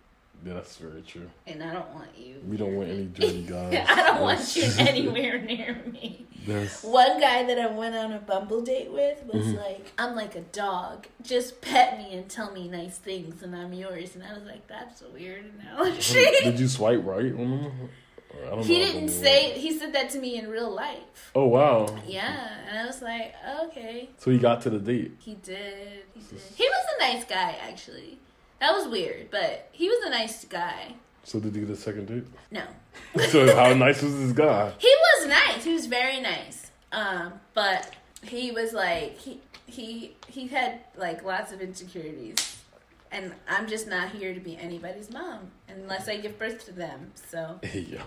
yeah, that's very true. and I don't want you. We don't want any dirty guys. I don't want you That's- anywhere near me. that's- One guy that I went on a Bumble date with was like, I'm like a dog. Just pet me and tell me nice things, and I'm yours. And I was like, that's a weird analogy. Did you swipe right on them? Or I don't he know. didn't say, he said that to me in real life. Oh wow! Yeah. And I was like, okay. So he got to the date. He did. He did. He was a nice guy, actually. That was weird, but he was a nice guy. So did he get a second date? No. so how nice was this guy? He was nice. He was very nice. Um, but he was like he he he had like lots of insecurities. And I'm just not here to be anybody's mom unless I give birth to them. So Hey yo,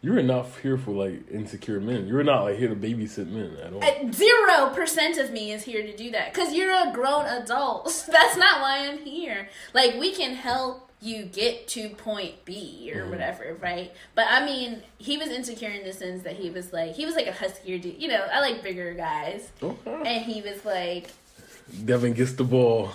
you are not here for like insecure men. You're not like here to babysit men at all. zero percent of me is here to do that because you're a grown adult. That's not why I'm here. Like we can help you get to point B or whatever, right? But I mean, he was insecure in the sense that he was like he was like a huskier dude. You know, I like bigger guys, Okay. and he was like, Devin gets the ball,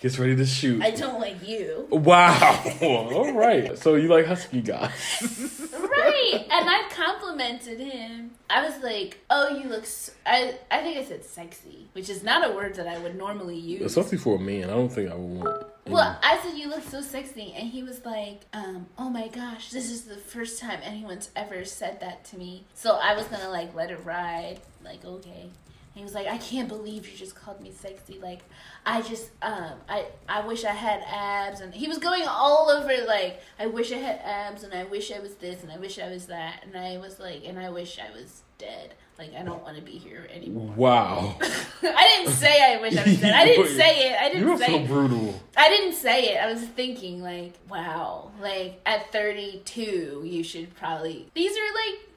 gets ready to shoot. I don't like you, Wow. all right. So you like husky guys? right? And I complimented him. I was like, oh, you look. s I I think I said sexy, which is not a word that I would normally use. Especially for a man, I don't think I would want. Well, I said you look so sexy, and he was like, um, "Oh my gosh, this is the first time anyone's ever said that to me." So I was gonna like let it ride, like okay. And he was like, "I can't believe you just called me sexy. Like, I just, um, I, I wish I had abs." And he was going all over like, "I wish I had abs," and "I wish I was this," and "I wish I was that," and I was like, "And I wish I was dead." Like, I don't want to be here anymore. Wow. I didn't say I wish I was dead. I didn't say it. I didn't You're say so it. brutal. I didn't say it. I was thinking like, wow, like at 32, you should probably. These are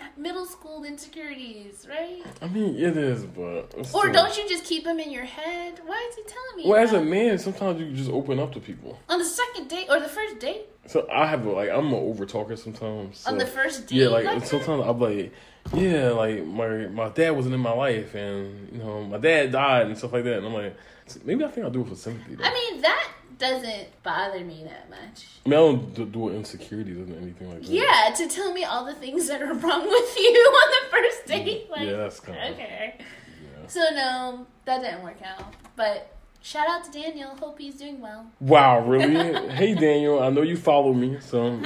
like middle school insecurities, right? I mean, it is, but it's Or still- don't you just keep them in your head? Why is he telling me? Well, as a about- man, sometimes you just open up to people. on the second date or the first date? So I have a, like I'm an over talker sometimes. so- On the first date? yeah, like What? sometimes I'm like, yeah, like my my dad wasn't in my life, and you know my dad died and stuff like that, and I'm like, maybe I think I'll do it for sympathy. Though. I mean, that doesn't bother me that much. I, mean, I don't do, do it insecurities or anything like that. Yeah, to tell me all the things that are wrong with you on the first date. Like, yeah, that's kind of Okay. Yeah. So no, that didn't work out. But shout out to Daniel. Hope he's doing well. wow, really? hey Daniel, I know you follow me, so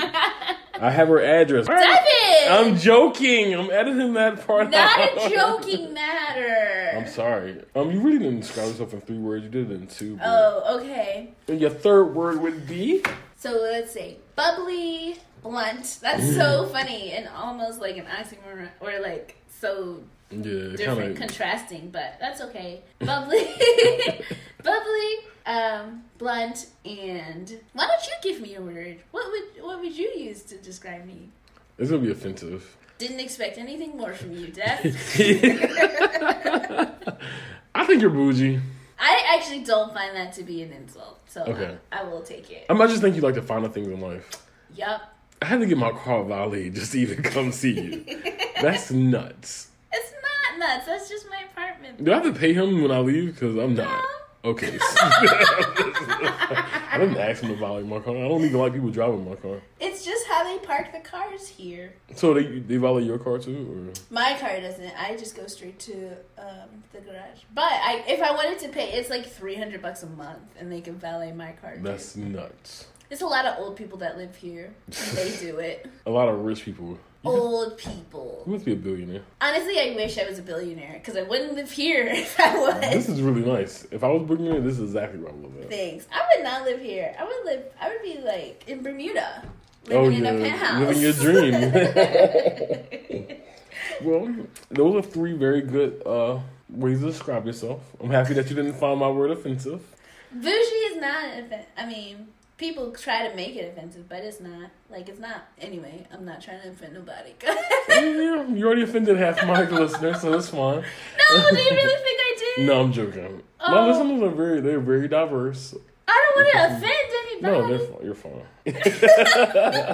I have her address. Devin! I'm joking. I'm editing that part. Not out. a joking matter. I'm sorry. Um, you really didn't describe yourself in three words. You did it in two. but- Oh, okay. And your third word would be So let's say bubbly, blunt. That's Mm. so funny and almost like an oxymoron or like so yeah, different, kind of contrasting, but that's okay. Bubbly, bubbly, um, blunt, and why don't you give me a word? What would what would you use to describe me? it's gonna be offensive. Didn't expect anything more from you, Dad. I think you're bougie. I actually don't find that to be an insult, so Okay. Oh. I, I will take it. I might just think you like the finer things in life. Yup. I had to get my car valeted just to even come see you. That's nuts. It's not nuts. That's just my apartment. Do I have to pay him when I leave? Because I'm not. Okay. I didn't ask him to violate my car. I don't even like people driving my car. It's just how they park the cars here. So they they violate your car too, or My car doesn't. I just go straight to um, the garage. But I, if I wanted to pay, it's like three hundred bucks a month, and they can valet my car. too. that's nuts. It's a lot of old people that live here. and they do it. A lot of rich people. Old You people. must be a billionaire. Honestly, I wish I was a billionaire because I wouldn't live here if I was. This is really nice. If I was billionaire, this is exactly where I would live at. Thanks. I would not live here. I would live. I would be like in Bermuda, living Oh in yeah, a penthouse. living your dream. Well, those are three very good uh, ways to describe yourself. I'm happy that you didn't find my word offensive. Bougie is not. Offen- I mean, people try to make it offensive, but it's not. Like it's not. Anyway, I'm not trying to offend nobody. Yeah, you already offended half my listeners, so it's fine. no, do you really think I did? No, I'm joking. My Oh. listeners are very, they're very diverse. I don't want to offend No, anybody. they're fine. You're fine.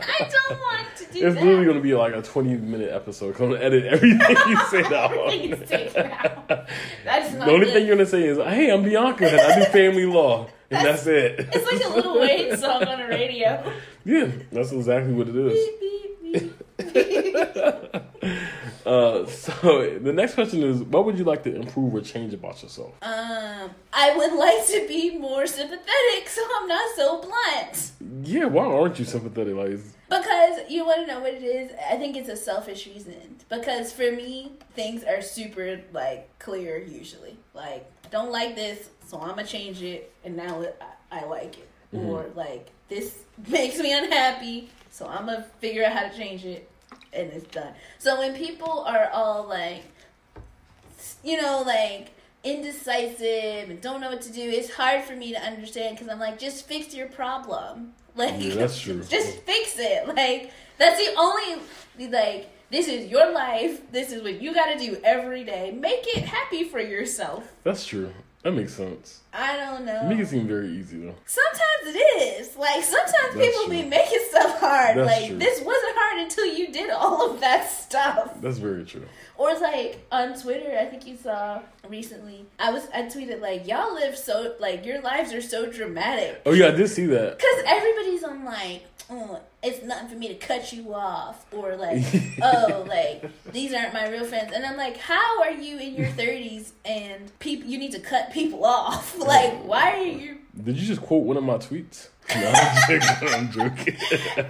I don't want to do It's that. literally going to be like a 20 minute episode. 'cause I'm going to edit everything you say Everything is now. taken out. That's not The only good. thing you're going to say is, hey, I'm Bianca and I do family law. And that's it. It's like a little Wayne song on the radio. Yeah, that's exactly what it is. Beep, beep, beep. Uh, so the next question is, what would you like to improve or change about yourself? Um, I would like to be more sympathetic, so I'm not so blunt. Yeah, why aren't you sympathetic? Like, it's- Because you want to know what it is? I think it's a selfish reason. Because for me, things are super like clear usually. Like, don't like this, so I'm gonna change it, and now it, I, I like it. Or like this makes me unhappy, so I'm gonna figure out how to change it, and it's done. So when people are all like, you know, like indecisive and don't know what to do, it's hard for me to understand because I'm like, just fix your problem. Like, Yeah, that's true. Just fix it. Like, that's the only, like, this is your life. This is what you got to do every day. Make it happy for yourself. that's true. That makes sense. I don't know. Make it seem very easy though. Sometimes it is. Like sometimes That's people be true. making stuff hard. That's like true. this wasn't hard until you did all of that stuff. That's very true. Or it's like on Twitter, I think you saw recently. I was I tweeted like y'all live so like your lives are so dramatic Oh yeah, I did see that. because everybody's on like. "Oh, it's nothing for me to cut you off, or like, oh, like these aren't my real friends. And I'm like, how are you in your 30s and people? You need to cut people off. Like, why are you Did you just quote one of my tweets? No, I'm joking. I'm joking. I don't.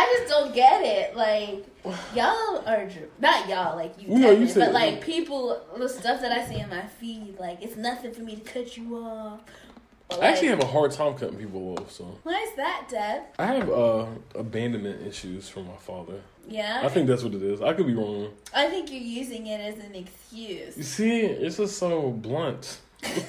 I just don't get it. Like y'all are dr- not y'all. Like you, You know, you definitely, said- but like people, the stuff that I see in my feed, like it's nothing for me to cut you off. But, I actually like, have a hard time cutting people off. So why is that, Deb? I have uh, abandonment issues from my father. Yeah, I think that's what it is. I could be wrong. I think you're using it as an You excuse. see, it's just so blunt.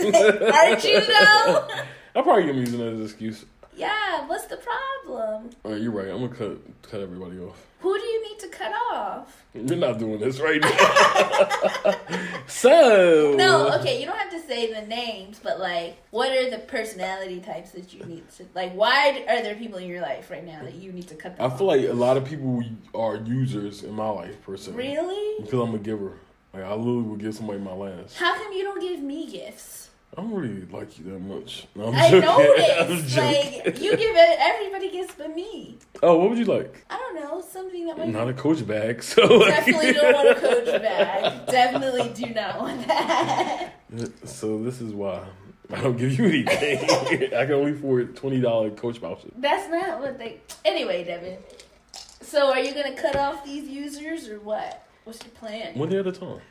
Aren't you though? I probably am using it as an excuse. yeah. What's the problem? All right, you're right. I'm gonna cut cut everybody off. Who do you need to cut off? You're not doing this right now. so No, okay, you don't have to say the names, but like, what are the personality types that you need to like? Why d- are there people in your life right now that you need to cut them I off? feel like a lot of people are users in my life personally. Really? Because I'm a giver. Like I literally would give somebody my last. How come you don't give me gifts? I don't really like you that much. No, I'm I joking. I'm noticed. joking. Like you give it, everybody gifts but me. Oh, what would you like? I don't know something that might. Not a coach bag. So like, Definitely don't want a coach bag. Definitely do not want that. So this is why I don't give you anything. I can only afford twenty dollar coach voucher. That's not what they. Anyway, Devin. So are you gonna cut off these users or what? What's your plan? One day at a time.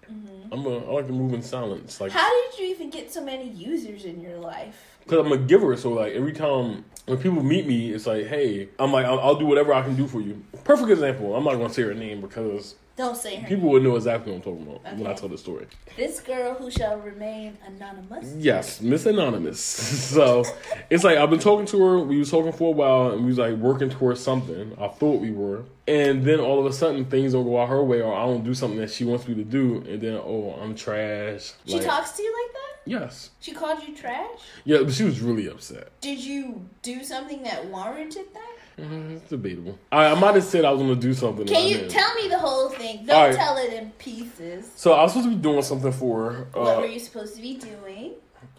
I'm a, I like to move in silence. Like Mm-hmm. How did you even get so many users in your life? Cause I'm a giver, so like every time when people meet me, it's like, hey, I'm like, I'll, I'll do whatever I can do for you. Perfect example. I'm not gonna say her name because Don't say her. people would know exactly what I'm talking about when I Okay. tell the story. This girl who shall remain anonymous. Yes, Miss Anonymous. so it's like I've been talking to her. We was talking for a while, and we was like working towards something. I thought we were, and then all of a sudden things don't go out her way, or I don't do something that she wants me to do, and then oh, I'm trash. She Like, talks to you like that? Yes. She called you trash? Yeah, but she was really upset. Did you do something that warranted that? Mm, It's debatable. I, I might have said I was gonna do something. and Can I you didn't. tell me the whole thing? Don't All right. tell it in pieces. So I was supposed to be doing something for her. Uh, what were you supposed to be doing?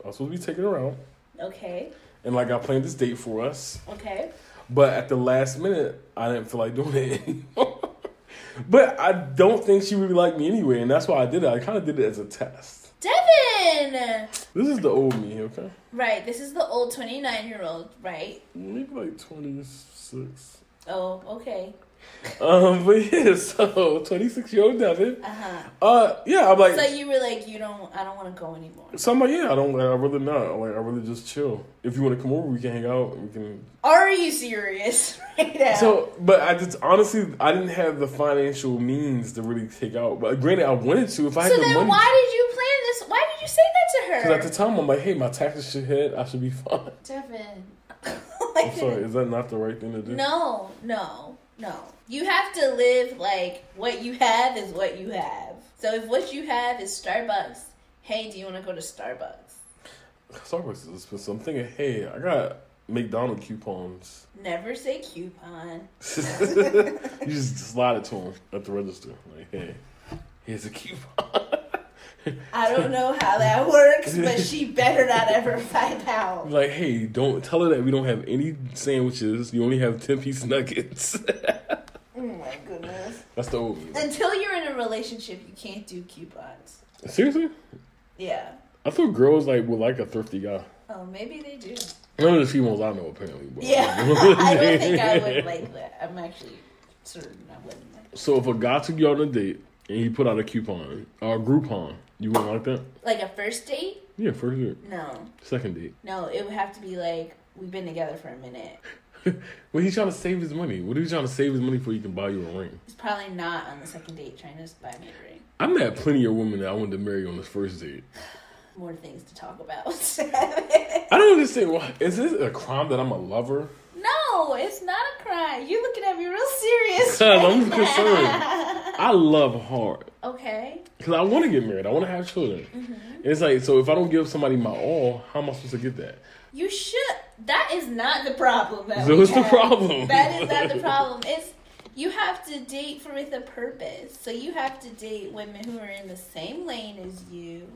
I was supposed to be taking her out, Okay, and like I planned this date for us, okay. but at the last minute, I didn't feel like doing it. anymore. but I don't think she really liked me anyway, and that's why I did it. I kind of did it as a test. Devin! This is the old me, okay? Right, this is the old 29 year old, right? Maybe like twenty six. Oh, okay. Um, but yeah, so 26 year old Devin. Uh huh. Uh, yeah, I'm like, So you were like, you don't, I don't want to go anymore. so I'm like, yeah, I don't, I really not. Like, I really just chill. If you want to come over, we can hang out. We can. Are you serious right now? So, but I just honestly, I didn't have the financial means to really take out. But granted, I wanted to. If I had So the then money, why did you plan this? Why did you say that to because her? at the time I'm like, hey, my taxes should hit. I should be fine. Devin. Oh I'm sorry, is that not the right thing to do? No, no, no. You have to live like what you have is what you have. So if what you have is Starbucks, hey, do you want to go to Starbucks? Starbucks is expensive. I'm thinking, hey, I got McDonald coupons. Never say coupon. you just slide it to him at the register. Like, hey, here's a coupon. I don't know how that works, but she better not ever find out. like, hey, don't tell her that we don't have any sandwiches. You only have ten piece nuggets. Oh my goodness. That's the old me. Until you're in a relationship, you can't do coupons. Seriously, Yeah. I thought girls like would like a thrifty guy. Oh, maybe they do. None of the females I know apparently. But Yeah. I don't think I would like that. I'm actually certain I wouldn't like So if a guy took you on a date and he put out a coupon or a Groupon, you wouldn't like that? Like a first date? Yeah, first date, No. second date. No, it would have to be like we've been together for a minute. Well, he's trying to save his money. What are you trying to save his money for? You can buy you a ring. It's probably not on the second date trying to buy me a ring. I met plenty of women that I wanted to marry on this first date. More things to talk about. I don't understand why. Is this a crime that I'm a lover? no, it's not a crime. You're looking at me real serious. Son, right I'm now. concerned. I love hard Okay. because I want to get married. I want to have children. Mm-hmm. It's like so if I don't give somebody my all, how am I supposed to get that? You should. That is not the problem. That So we what's the have. problem? That is not the problem. It's you have to date for with a purpose. So you have to date women who are in the same lane as you,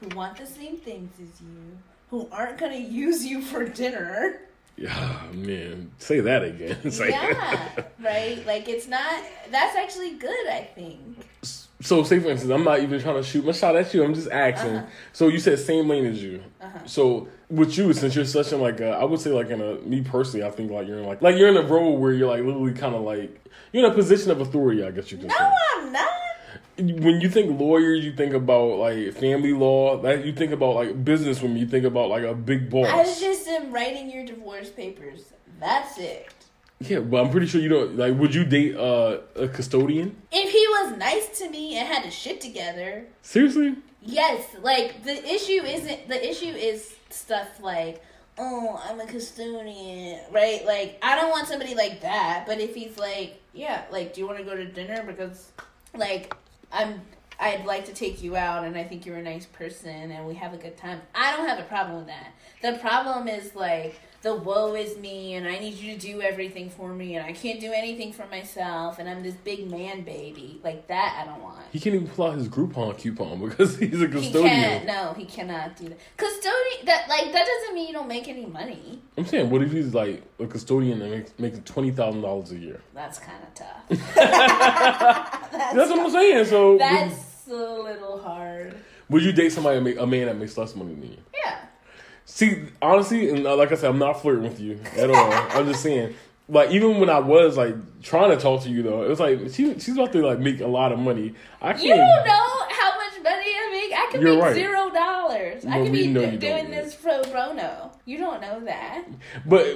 who want the same things as you, who aren't gonna use you for dinner. Yeah, man, say that again. It's like- Yeah, right. Like it's not. That's actually good. I think. So say for instance, I'm not even trying to shoot my shot at you. I'm just asking. Uh-huh. So you said same lane as you. So with you, since you're such in like a, I would say like in a me personally, I think like you're in like like you're in a role where you're like literally kind of like you're in a position of authority. I guess you could No, I'm not. say. When you think lawyers, you think about like family law. That you think about like business women. You think about like a big boss. I just am writing your divorce papers. That's it. yeah, but I'm pretty sure you don't like. Would you date uh, a custodian? If he was nice to me and had his shit together, Seriously? Yes, like the issue isn't the issue is stuff like, oh, I'm a custodian, right? Like I don't want somebody like that. But if he's like, yeah, like, do you want to go to dinner because, like, I'm I'd like to take you out and I think you're a nice person and we have a good time. I don't have a problem with that. The problem is like the woe is me and I need you to do everything for me and I can't do anything for myself and I'm this big man baby like that. I don't want. He can't even pull out his Groupon coupon because he's a He custodian. can't. No, he cannot do that. Custodian. That like that doesn't mean you don't make any money. I'm saying, what if he's like a custodian that makes making twenty thousand dollars a year? That's kind of tough. That's what I'm saying. So, would, That's a little hard. would you date somebody that make, a man that makes less money than you? Yeah. See, honestly, and uh, like I said, I'm not flirting with you at all. I'm just saying, like even when I was like trying to talk to you though, it was like she, she's about to like make a lot of money. I can't. You don't know how much money I make. I could You're make right. zero dollars. I Well, could we be know d- you don't, doing yeah. this pro bono. You don't know that. But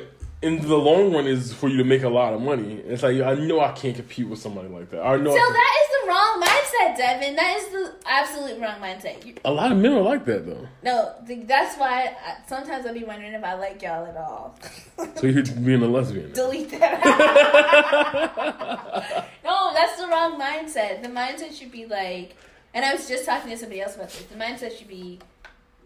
in the long run, is for you to make a lot of money. It's like I know I can't compete with somebody like that. I know I So can- that is the wrong mindset, Devin. That is the absolute wrong mindset. You, a lot of men are like that though. no, th- that's why I, sometimes I'll be wondering if I like y'all at all. So you're being a lesbian. delete that out. no, that's the wrong mindset. The mindset should be like, and I was just talking to somebody else about this. The mindset should be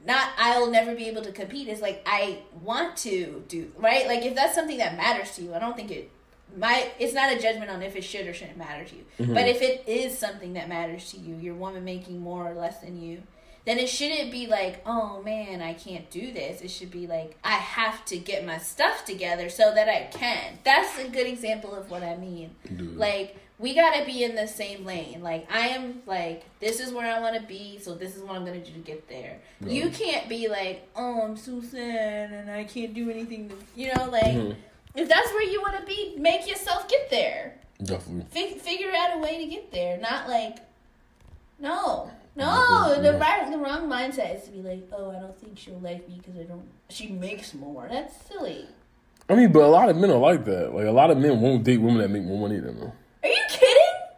not I'll never be able to compete. It's like I want to do right. Like if that's something that matters to you, I don't think it. My it's not a judgment on if it should or shouldn't matter to you. But if it is something that matters to you, your woman making more or less than you, then it shouldn't be like, oh man, I can't do this. It should be like, I have to get my stuff together so that I can. That's a good example of what I mean. Dude. Like, we gotta be in the same lane. Like, I am like, this is where I wanna be, so this is what I'm gonna do to get there. Mm-hmm. You can't be like, oh, I'm so sad and I can't do anything. To, you know, like, If that's where you want to be, make yourself get there. Definitely. Fig- figure out a way to get there. Not like, no, Mhm, no. The yeah. right, the wrong mindset is to be like, oh, I don't think she'll like me because I don't. She makes more. That's silly. I mean, but a lot of men are like that. Like a lot of men won't date women that make more money than them. Are you kidding?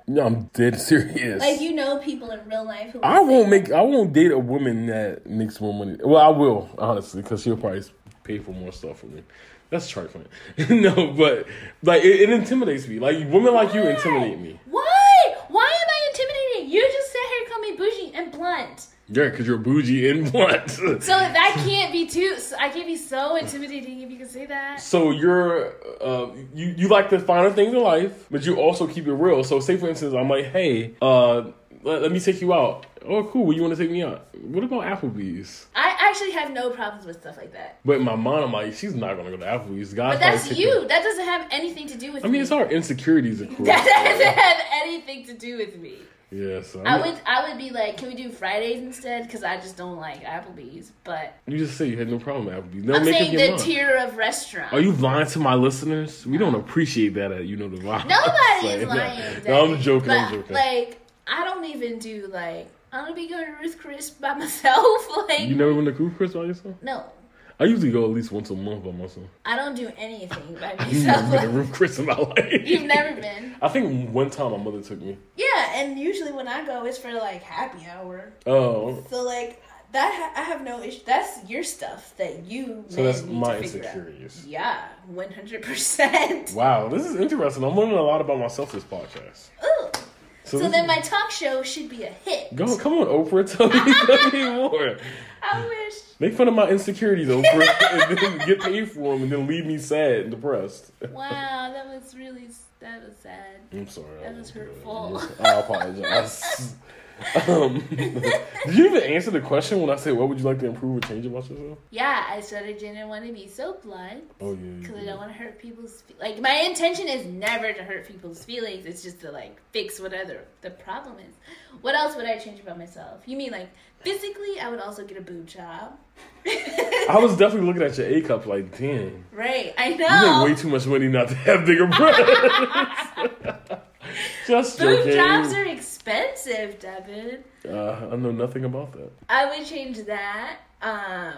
No, I'm dead serious. Like you know people in real life who. I would say- won't make. I won't date a woman that makes more money. Well, I will honestly, because she'll probably pay for more stuff for me. That's trifling. no, but like it, it intimidates me. Like women like you intimidate me. Why? Why am I intimidating? You just sat here and called me bougie and blunt. Yeah, because you're bougie and blunt. So that can't be too. I can't be so intimidating if you can say that. So you're uh, you you like the finer things in life, but you also keep it real. So say for instance, I'm like, hey, uh, let, let me take you out. Oh, cool. Where you want to take me out? What about Applebee's? I actually have no problems with stuff like that. But in my mind, I'm like, she's not gonna go to Applebee's. God, But that's you. That doesn't have anything to do with I me. mean, it's our insecurities, of course. That doesn't have anything to do with me. yeah, so I I'm- would I would be like, can we do Fridays instead? Because I just don't like Applebee's. But You just say you had no problem with Applebee's. Now I'm make up saying your the mind. tier of restaurant. Are you lying to my listeners? We don't appreciate that. At, you know the vibe. Nobody Like, is no. lying. No, I'm Daddy. joking. I'm But, joking. Like I don't even do like I'm gonna be going to Ruth Chris by myself. Like you never went to Cool Chris by yourself? no, I usually go at least once a month by myself. I don't do anything by You've never been to myself. Roof Chris in my life. You've never been. I think one time my mother took me. Yeah, and usually when I go, it's for like happy hour. Oh, So like that, ha- I have no issue. That's your stuff that you. so men that's need my to figure out. insecurities. Yeah, one hundred percent. Wow, this is interesting. I'm learning a lot about myself this podcast. Ooh. So, So this then is- my talk show should be a hit. go come on, Oprah, tell me, tell me more. I wish. Make fun of my insecurities, Oprah, and then get paid for them, and then leave me sad and depressed. Wow, that was really that was sad. I'm sorry. That was hurtful. I apologize. um, did you even answer the question when I said, "What would you like to improve or change about yourself"? Yeah, I said I didn't want to be so blunt Oh yeah. you because I did. don't want to hurt people's fe- like. My intention is never to hurt people's feelings. It's just to like fix whatever the problem is. What else would I change about myself? You mean like physically? I would also get a boob job. I was definitely looking at your A cup like, damn, right, I you make know. way too much money not to have bigger breasts. Just boob joking. jobs are expensive, Devin. uh, I know nothing about that. I would change that. Um,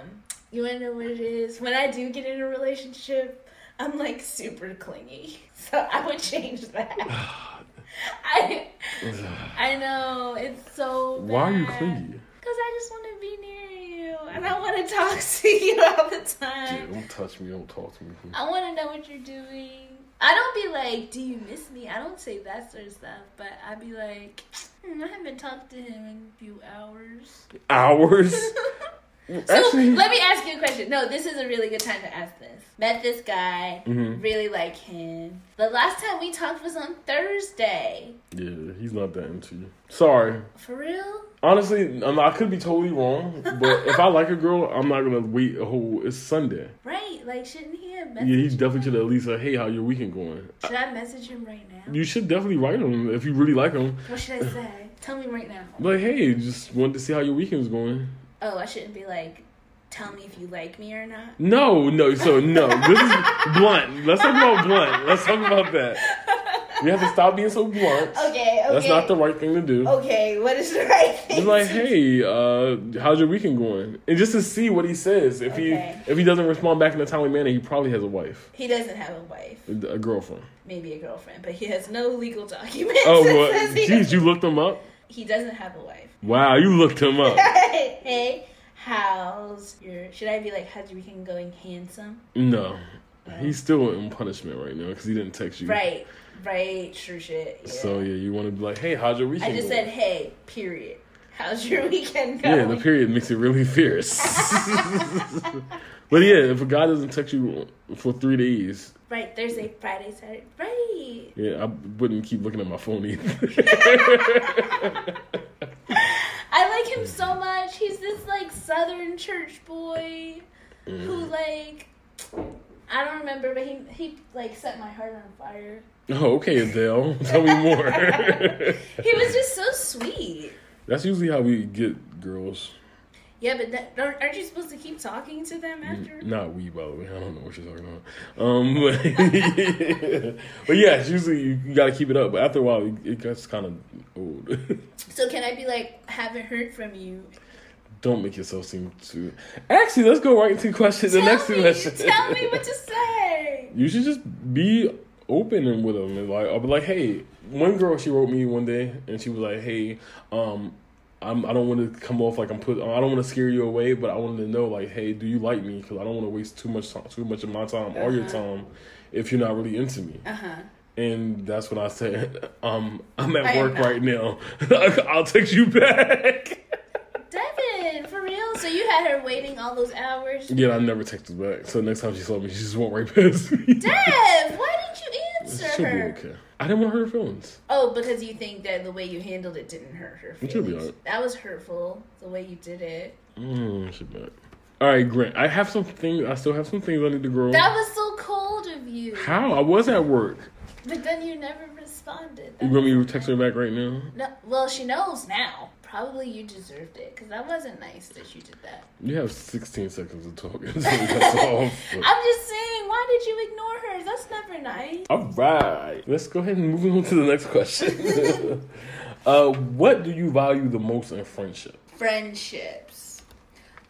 you wanna know what it is? When I do get in a relationship, I'm like super clingy. So I would change that. I I know, it's so bad. Why are you clingy? Because I just wanna be near you and I wanna talk to you all the Dude, time. don't touch me. Don't talk to me. please. I wanna know what you're doing. I don't be like, do you miss me? I don't say that sort of stuff, but I'd be like, hmm, I haven't talked to him in a few hours. Hours. Actually, So let me ask you a question. No, this is a really good time to ask this. Met this guy, Mhm. really like him. The last time we talked was on Thursday. yeah, he's not that into you. Sorry. For real? Honestly, I'm, I could be totally wrong, but if I like a girl, I'm not gonna wait a whole. It's Sunday. Right? Like, shouldn't he have Yeah, messaged? he definitely should at least say, "Hey, how your weekend going?" Should I message him right now? You should definitely write him if you really like him. What should I say? Tell me right now. Like, hey, just wanted to see how your weekend's going. Oh, I shouldn't be like, tell me if you like me or not. No, no, so no. This is blunt. Let's talk about blunt. Let's talk about that. We have to stop being so blunt. Okay, okay. That's not the right thing to do. Okay, what is the right thing? Just like, to- hey, uh, how's your weekend going? And just to see what he says. If Okay. he if he doesn't respond back in a timely manner, he probably has a wife, He doesn't have a wife, a girlfriend. maybe a girlfriend, but he has no legal documents. Oh, that well, says he jeez, you looked him up? he doesn't have a wife. Wow, you looked him up. hey, how's your? Should I be like, how's your weekend going, handsome? No, he's still in punishment right now because he didn't text you. Right, right, sure shit. Yeah. So yeah, you want to be like, hey, how's your I weekend? just going? said, hey, period. How's your weekend Yeah, going? the period makes it really fierce. but yeah, if a guy doesn't text you for three days, right, Thursday, Friday, Saturday. Right. yeah, I wouldn't keep looking at my phone either. I like him Mm-hmm. so much. He's this like Southern church boy Mm-hmm. who like. I don't remember, but he he like set my heart on fire. oh, okay, Adele, tell me more. He was just so sweet. That's usually how we get girls. Yeah, but that, don't- aren't you supposed to keep talking to them Mm-hmm. after? Not we, by the way. I don't know what you're talking about. Um, but, but yeah, it's usually you, you got to keep it up. But after a while, it, it gets kind of old. So can I be like, haven't heard from you? Don't make yourself seem too. Actually, let's go right into question. The tell next me, question. tell me what to say. You should just be open and with them. And like, I'll be like, hey, one girl she wrote me one day, and she was like, hey, um, I'm I don't want to come off like I'm put. I don't want to scare you away, but I wanted to know like, hey, do you like me? Because I don't want to waste too much time, too much of my time or Uh-huh. your time if you're not really into me. Uh huh. And that's when I said, um, I'm at I am work not. right now. I'll text you back. Devin, for real? So you had her waiting all those hours? Dev, Yet I never texted back. So next time she saw me, she just went right past me. why didn't you answer She'll be her? okay. I didn't want to hurt her feelings. Oh, because you think that the way you handled it didn't hurt her feelings. should be alright. That was hurtful, the way you did it. Mm, shit, man. All right, Grant. I have some things. I still have some things I need to grow. That was so cold of you. How? I was at work. But then you never responded. You want me to text her back right now? No, well, she knows now. Probably you deserved it because that wasn't nice that you did that. You have 16 seconds to talk. So that's all. I'm just saying, why did you ignore her? That's never nice. All right. Let's go ahead and move on to the next question. uh, what do you value the most in friendship? Friendships.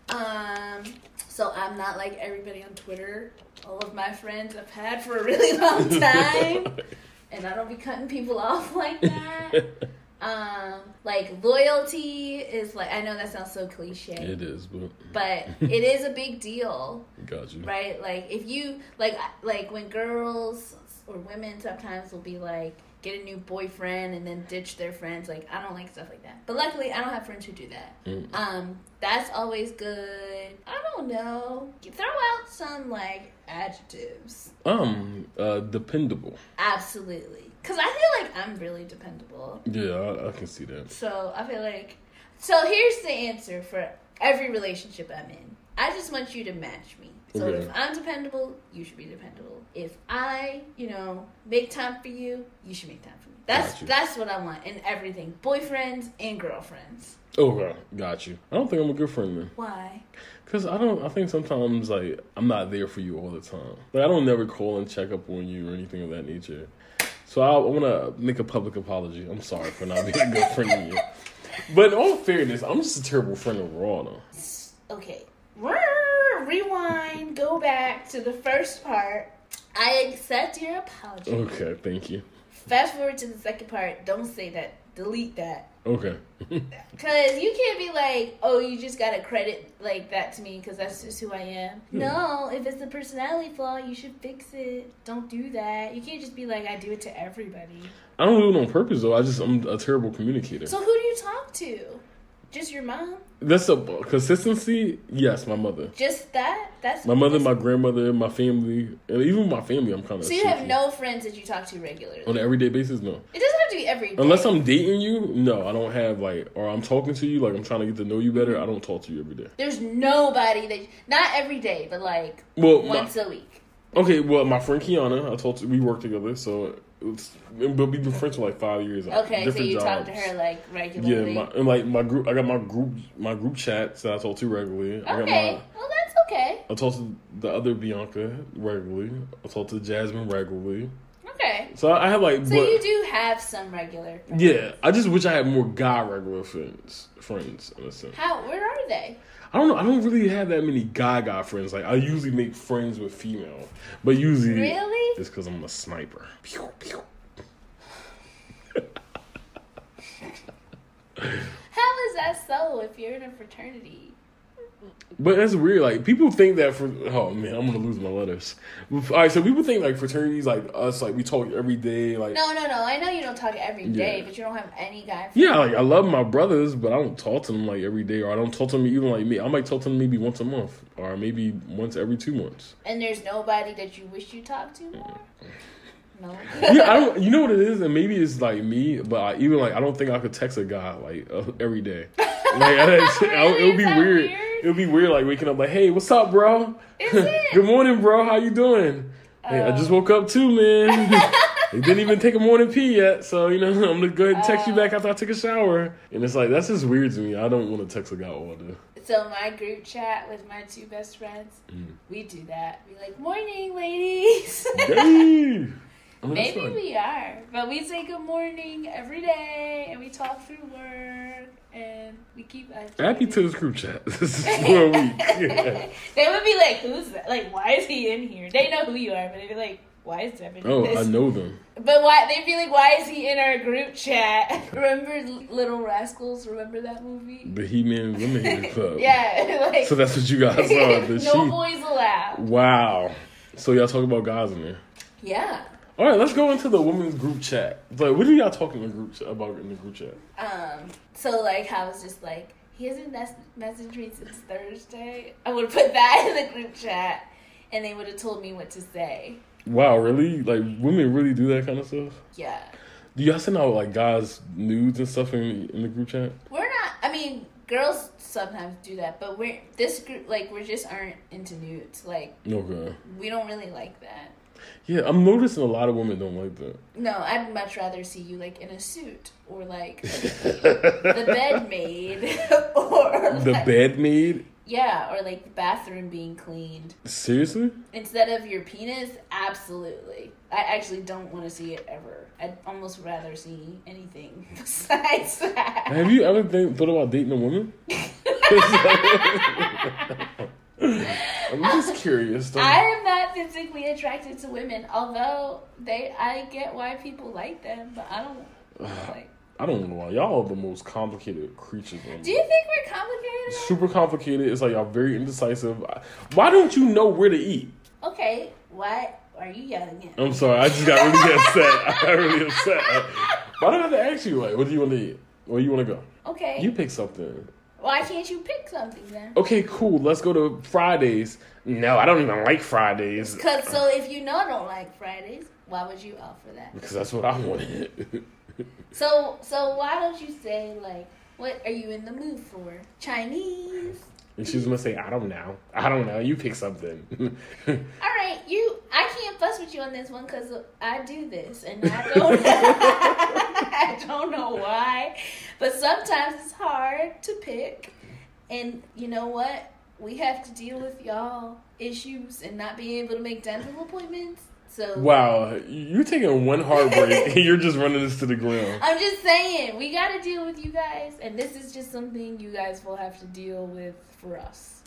Um, so I'm not like everybody on Twitter. All of my friends I've had for a really long time, and I don't be cutting people off like that. Um, like loyalty is like I know that sounds so cliche, It is, but but it is a big deal. got you. right like if you like like when girls or women sometimes will be like get a new boyfriend and then ditch their friends like i don't like stuff like that but luckily i don't have friends who do that Mm. um that's always good i don't know throw out some like adjectives Um, uh, dependable. absolutely because i feel like i'm really dependable Yeah, I, I can see that. so i feel like so here's the answer for every relationship i'm in i just want you to match me so Okay. if i'm dependable you should be dependable if i you know make time for you you should make time for me that's Gotcha. that's what i want in everything boyfriends and girlfriends Okay, Oh, got you. I don't think I'm a good friend then. why Cause I don't. I think sometimes like I'm not there for you all the time. Like I don't never call and check up on you or anything of that nature. So I, I want to make a public apology. I'm sorry for not being a good friend to you. But in all fairness, I'm just a terrible friend overall. Though. okay Rrr, rewind go back to the first part i accept your apology Okay, thank you. fast forward to the second part don't say that delete that Okay, Cause you can't be like, oh, you just gotta credit like that to me, cause that's just who I am. Hmm. No, if it's a personality flaw, you should fix it. Don't do that. You can't just be like, I do it to everybody. I don't do it on purpose though. I just I'm a terrible communicator. So who do you talk to? Just your mom? That's a consistency. Yes, my mother, Just that? That's my mother, my grandmother, my family, and even my family. I'm kind of So you have no friends that you talk to regularly. on an everyday basis. No. It doesn't have to be every day. Unless I'm dating you, no, I don't have like, or I'm talking to you, like I'm trying to get to know you better. I don't talk to you every day. There's nobody that not every day, but like Well, my, once a week. okay, well, my friend Kiana, I told we work together, so it's, but we've been friends for like five years. like, Okay, so you talk to her like yeah, regularly. my, and like my group, I got my group, my group chats that I talk to regularly. I got okay. my, Well that's okay. I talk to the other Bianca regularly. I talk to Jasmine regularly. Okay. So I, I have like, So but- you do have some regular. friends. yeah, I just wish I had more guy regular friends, friends in a sense. How? Where are they? I don't know. I don't really have that many guy guy friends. Like I usually make friends with female, but usually Really? it's because I'm a sniper. Pew, pew. How is that so? If you're in a fraternity, But that's weird. Like people think that for oh man, I'm gonna lose my letters. All right, so people think like fraternities like us, like we talk every day. Like no, no, no. I know you don't talk every day, Yeah. but you don't have any guy. Friends. yeah, like I love my brothers, but I don't talk to them like every day, or I don't talk to them even like me. I might talk to them maybe once a month, or maybe once every two months. And there's nobody that you wish you talked to more. No. yeah, I don't. You know what it is, and maybe it's like me, but I, even like I don't think I could text a guy like uh, every day. Like I, I, it would Is be that weird. weird? It would be weird, like waking up like, "Hey, what's up, bro? Is it? Oh. Good morning, bro. How you doing? Hey, I just woke up too, man. It didn't even take a morning pee yet, so you know Oh. I'm gonna go ahead and text you back after I take a shower. And it's like that's just weird to me. I don't want to text a guy all day. So my group chat with my two best friends, Mm. we do that. We like morning, ladies. Dang. I mean, Oh, that's Maybe fine. we are, but we say good morning every day, and we talk through work, and we keep. Happy to this group chat. This is for a week. Yeah. they would be like, "Who's that? Like, why is he in here?" They know who you are, but they'd be like, "Why is Devin?" in Oh, this? I know them. But why they'd be like, "Why is he in our group chat?" remember L- Little Rascals? Remember that movie? The He Man Women Hater Club. yeah, like So that's what you guys are. no The she- boys allowed. wow. So y'all talk about guys in there. Yeah. All right, let's go into the women's group chat. Like, what are y'all talking in group chat about in the group chat? Um. So like, I was just like, he hasn't mes- messaged me since Thursday. I would have put that in the group chat, and they would have told me what to say. Wow, really? Like, women really do that kind of stuff? Yeah. Do y'all send out like guys nudes and stuff in in the group chat? We're not. I mean, girls sometimes do that, but we're this group. Like, we just aren't into nudes. Like, No good. we don't really like that. Yeah, I'm noticing a lot of women don't like No, I'd much rather see you like in a suit or like that. the bed made or the like- bed made? yeah, or like the bathroom being cleaned Seriously? instead of your penis. Absolutely, I actually don't want to see it ever. I'd almost rather see anything besides that. Have you ever think, thought about dating a woman? I'm just curious. Though. I am not physically attracted to women, although they. I get why people like them, but I don't. Like, I don't know why y'all are the most complicated creatures. On do you think we're complicated? Super complicated. It's like y'all very indecisive. I- Why don't you know where to eat? Okay, what are you yelling at? I'm sorry. I just got really upset. I got really upset. Why do I have to ask you? Like, what do you want to eat? Where you want to go? Okay, You pick something. why can't you pick something then? Okay, cool. Let's go to Fridays. No, I don't even like Fridays Cause so if you know I don't like Fridays, why would you offer that? because that's what I wanted. So so why don't you say like, what are you in the mood for? Chinese. And she's gonna say, I don't know. I don't know. You pick something. All right, you. I can't fuss with you on this one because I do this, and I don't. I don't know why, but sometimes it's hard to pick. And you know what? We have to deal with y'all issues and not being able to make dental appointments. So wow, you're taking one heartbreak and you're just running this to the ground. I'm just saying, we got to deal with you guys, and this is just something you guys will have to deal with for us.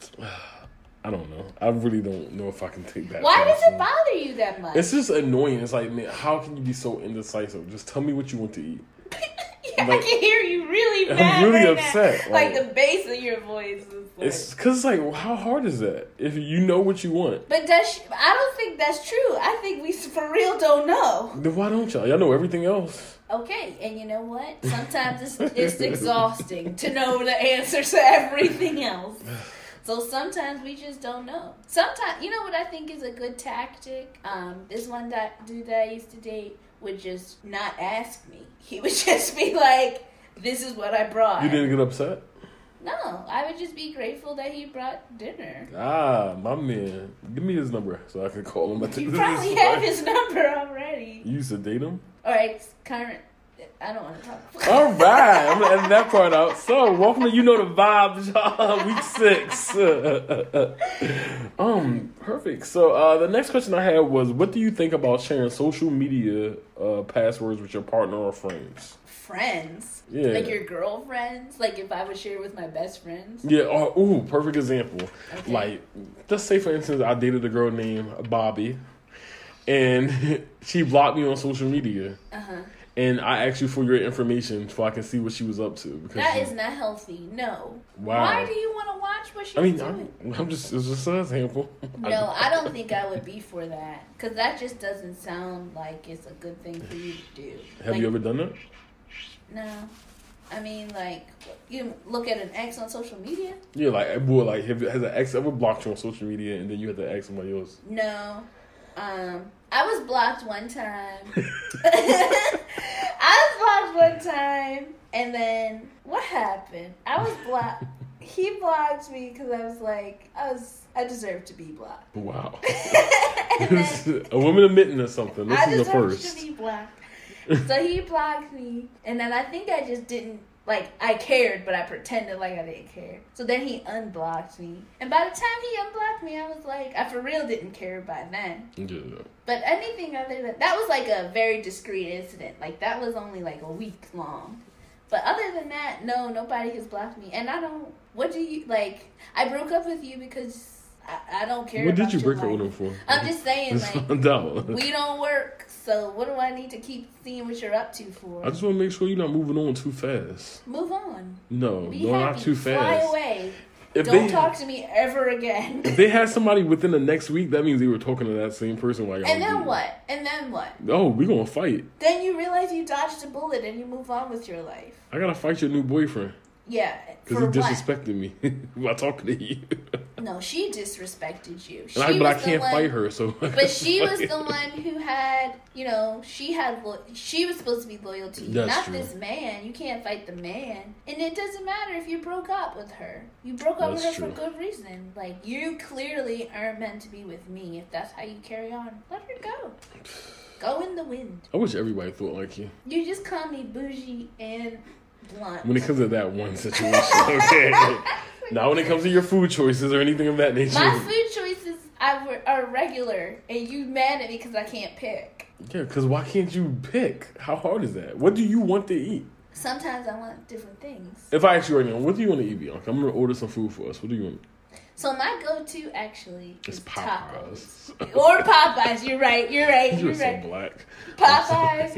I don't know. I really don't know if I can take that. Why does personally. it bother you that much? It's just annoying. It's like, man, how can you be so indecisive? Just tell me what you want to eat. yeah, I like- can hear you really I'm mad. really right now. upset, Like, like- the bass of your voice is like. It's because it's like, well, how hard is that? If you know what you want, but does she, I don't think that's true. I think we s- for real don't know. then why don't y'all? Y'all know everything else. Okay, and you know what? Sometimes it's, it's exhausting to know the answers to everything else. So sometimes we just don't know. Sometimes, you know what I think is a good tactic? Um, this one that dude that I used to date would just not ask me. He would just be like, this is what I brought. You didn't get upset? No, I would just be grateful that he brought dinner. Ah, my man. Give me his number so I can call him. I think You this probably is have funny. his number already. You used to date him? All right, current. I don't want to talk. All right, I'm gonna edit that part out. So, welcome to you know the vibes, y'all. Week six. um, perfect. So, uh, the next question I had was, what do you think about sharing social media uh, passwords with your partner or friends? friends, Yeah. like your girlfriends. Like if I would share with my best friends. Yeah. Or, ooh, perfect example. Okay. Like, let's say for instance, I dated a girl named Bobby, and she blocked me on social media. Uh huh. And I asked you for your information so I can see what she was up to. Because That she- is not healthy. No. Wow. Why do you want to watch what she's I mean, doing? I'm, I'm just it's just an example. no, I don't think I would be for that because that just doesn't sound like it's a good thing for you to do. Have Like, you ever done that? No, I mean, like you look at an ex on social media. Yeah, like well, like have, has an ex ever blocked you on social media and then you had to ask somebody else? No. Um, I was blocked one time. I was blocked one time, and then what happened? I was blocked. He blocked me because I was like, I was, I deserve to be blocked. Wow, and then a woman admitting to something. This I is the deserve first. to be blocked. So he blocked me, and then I think I just didn't like I cared, but I pretended like I didn't care. So then he unblocked me, and by the time he unblocked me, I was like, I for real didn't care by then. Yeah. But anything other than that was like a very discreet incident. Like that was only like a week long. But other than that, no, nobody has blocked me, and I don't. What do you like? I broke up with you because I, I don't care. What did about you your break up with life. him for? I'm just saying, like No. we don't work, so what do I need to keep seeing what you're up to for? I just want to make sure you're not moving on too fast. Move on. No, Be no, happy. not too Fly fast. away. If they, Don't talk to me ever again. If they had somebody within the next week, that means they were talking to that same person while y'all and were then dating. what? And then what? Oh, we gonna fight. Then you realize you dodged a bullet and you move on with your life. I gotta fight your new boyfriend Yeah. because For he what? disrespected me while talking to you. And no, she disrespected you. She I, but I was the can't one- fight her, so. But she was the one who had, you know, she had, lo- she was supposed to be loyal to you, That's not true. this man. You can't fight the man, and it doesn't matter if you broke up with her. You broke up with her That's for true. good reason. Like you clearly aren't meant to be with me. If that's how you carry on, let her go. Go in the wind. I wish everybody thought like you You just call me bougie and blunt. when it comes to that one situation. Okay. Now, when it comes to your food choices or anything of that nature, My food choices I were, are regular, and you mad at me because I can't pick. yeah, because why can't you pick? How hard is that? What do you want to eat? Sometimes I want different things. If I ask you right now, what do you want to eat, Bianca? I'm gonna order some food for us. What do you want? So my go-to actually It's is Popeyes. tacos or Popeyes. You're right. You're right. You're You're so right. black. Popeyes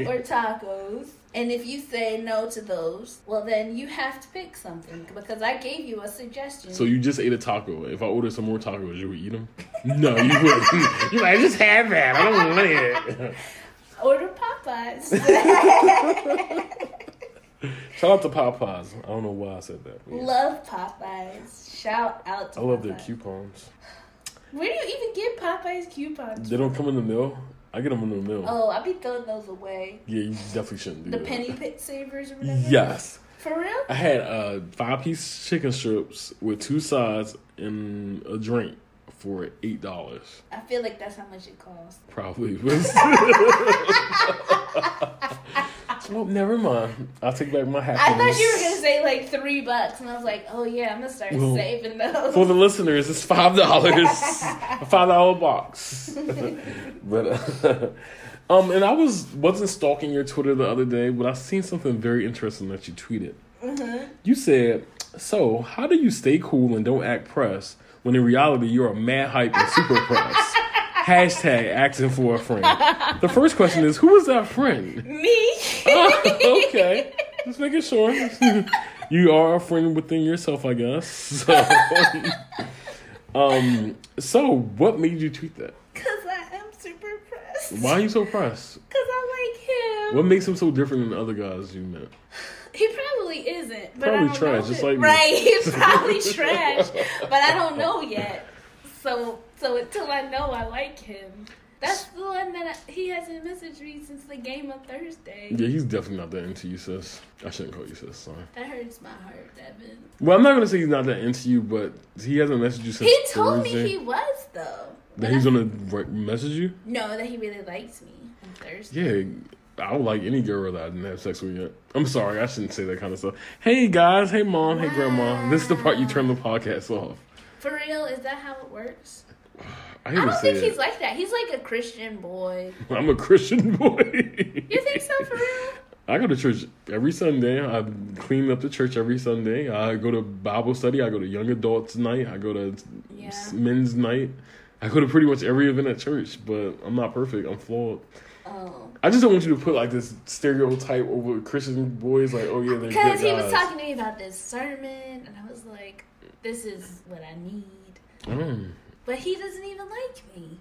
or tacos. And if you say no to those, well then you have to pick something because I gave you a suggestion. So you just ate a taco. If I ordered some more tacos, you would eat them? No, you wouldn't. You're like, just have that. I don't want it. Order Popeyes. Shout out to Popeyes. I don't know why I said that. Yeah. love Popeyes. Shout out to I love their Popeyes. coupons. Where do you even get Popeyes coupons? They don't come in the mail. I get them in the mail. Oh, I be throwing those away. Yeah, you definitely shouldn't do The that. penny pit savers or whatever. Yes. For real? I had uh, five piece chicken strips with two sides and a drink for $8. I feel like that's how much it costs. Probably was. well, never mind. I'll take back my I happiness. thought you were gonna say like three bucks, and I was like, oh yeah, I'm gonna start Well, saving those. For the listeners, it's five dollars, a five dollar box. but uh, um, and I was wasn't stalking your Twitter the other day, but I seen something very interesting that you tweeted. You said, "So how do you stay cool and don't act pressed when in reality you're a mad hype and super pressed?" Hashtag acting for a friend. The first question is, who is that friend? Me? okay. Just making sure. you are a friend within yourself, I guess. So, um, so what made you tweet that? Cause I am super pressed. Why are you so pressed? Cause I like him. What makes him so different than other guys you met? He probably isn't. But I Probably don't trash, know just it. like me. right. He's probably trash, but I don't know yet. So so until I know, I like him. That's the one that I, he hasn't messaged me since the game of Thursday. Yeah, he's definitely not that into you, sis. I shouldn't call you sis. Sorry. That hurts my heart, Devin. Well, I'm not gonna say he's not that into you, but he hasn't messaged you since He told Thursday. me he was though. that he's gonna re- message you. No, that he really likes me on Thursday. Yeah, I would like any girl that I didn't have sex with yet. I'm sorry, I shouldn't say that kind of stuff. Hey guys, hey mom, hey grandma. This is the part you turn the podcast off. For real, is that how it works? I, I hate to don't say think it. he's like that. He's like a Christian boy. I'm a Christian boy. You think so for real? I go to church every Sunday. I clean up the church every Sunday. I go to Bible study. I go to young adults night. I go to Yeah. men's night. I go to pretty much every event at church, but I'm not perfect. I'm flawed. Oh. I just don't want you to put like this stereotype over Christian boys, like, oh yeah, they're good Because he was guys. talking to me about this sermon, and I was like, this is what I need. Mm. But he doesn't even like me.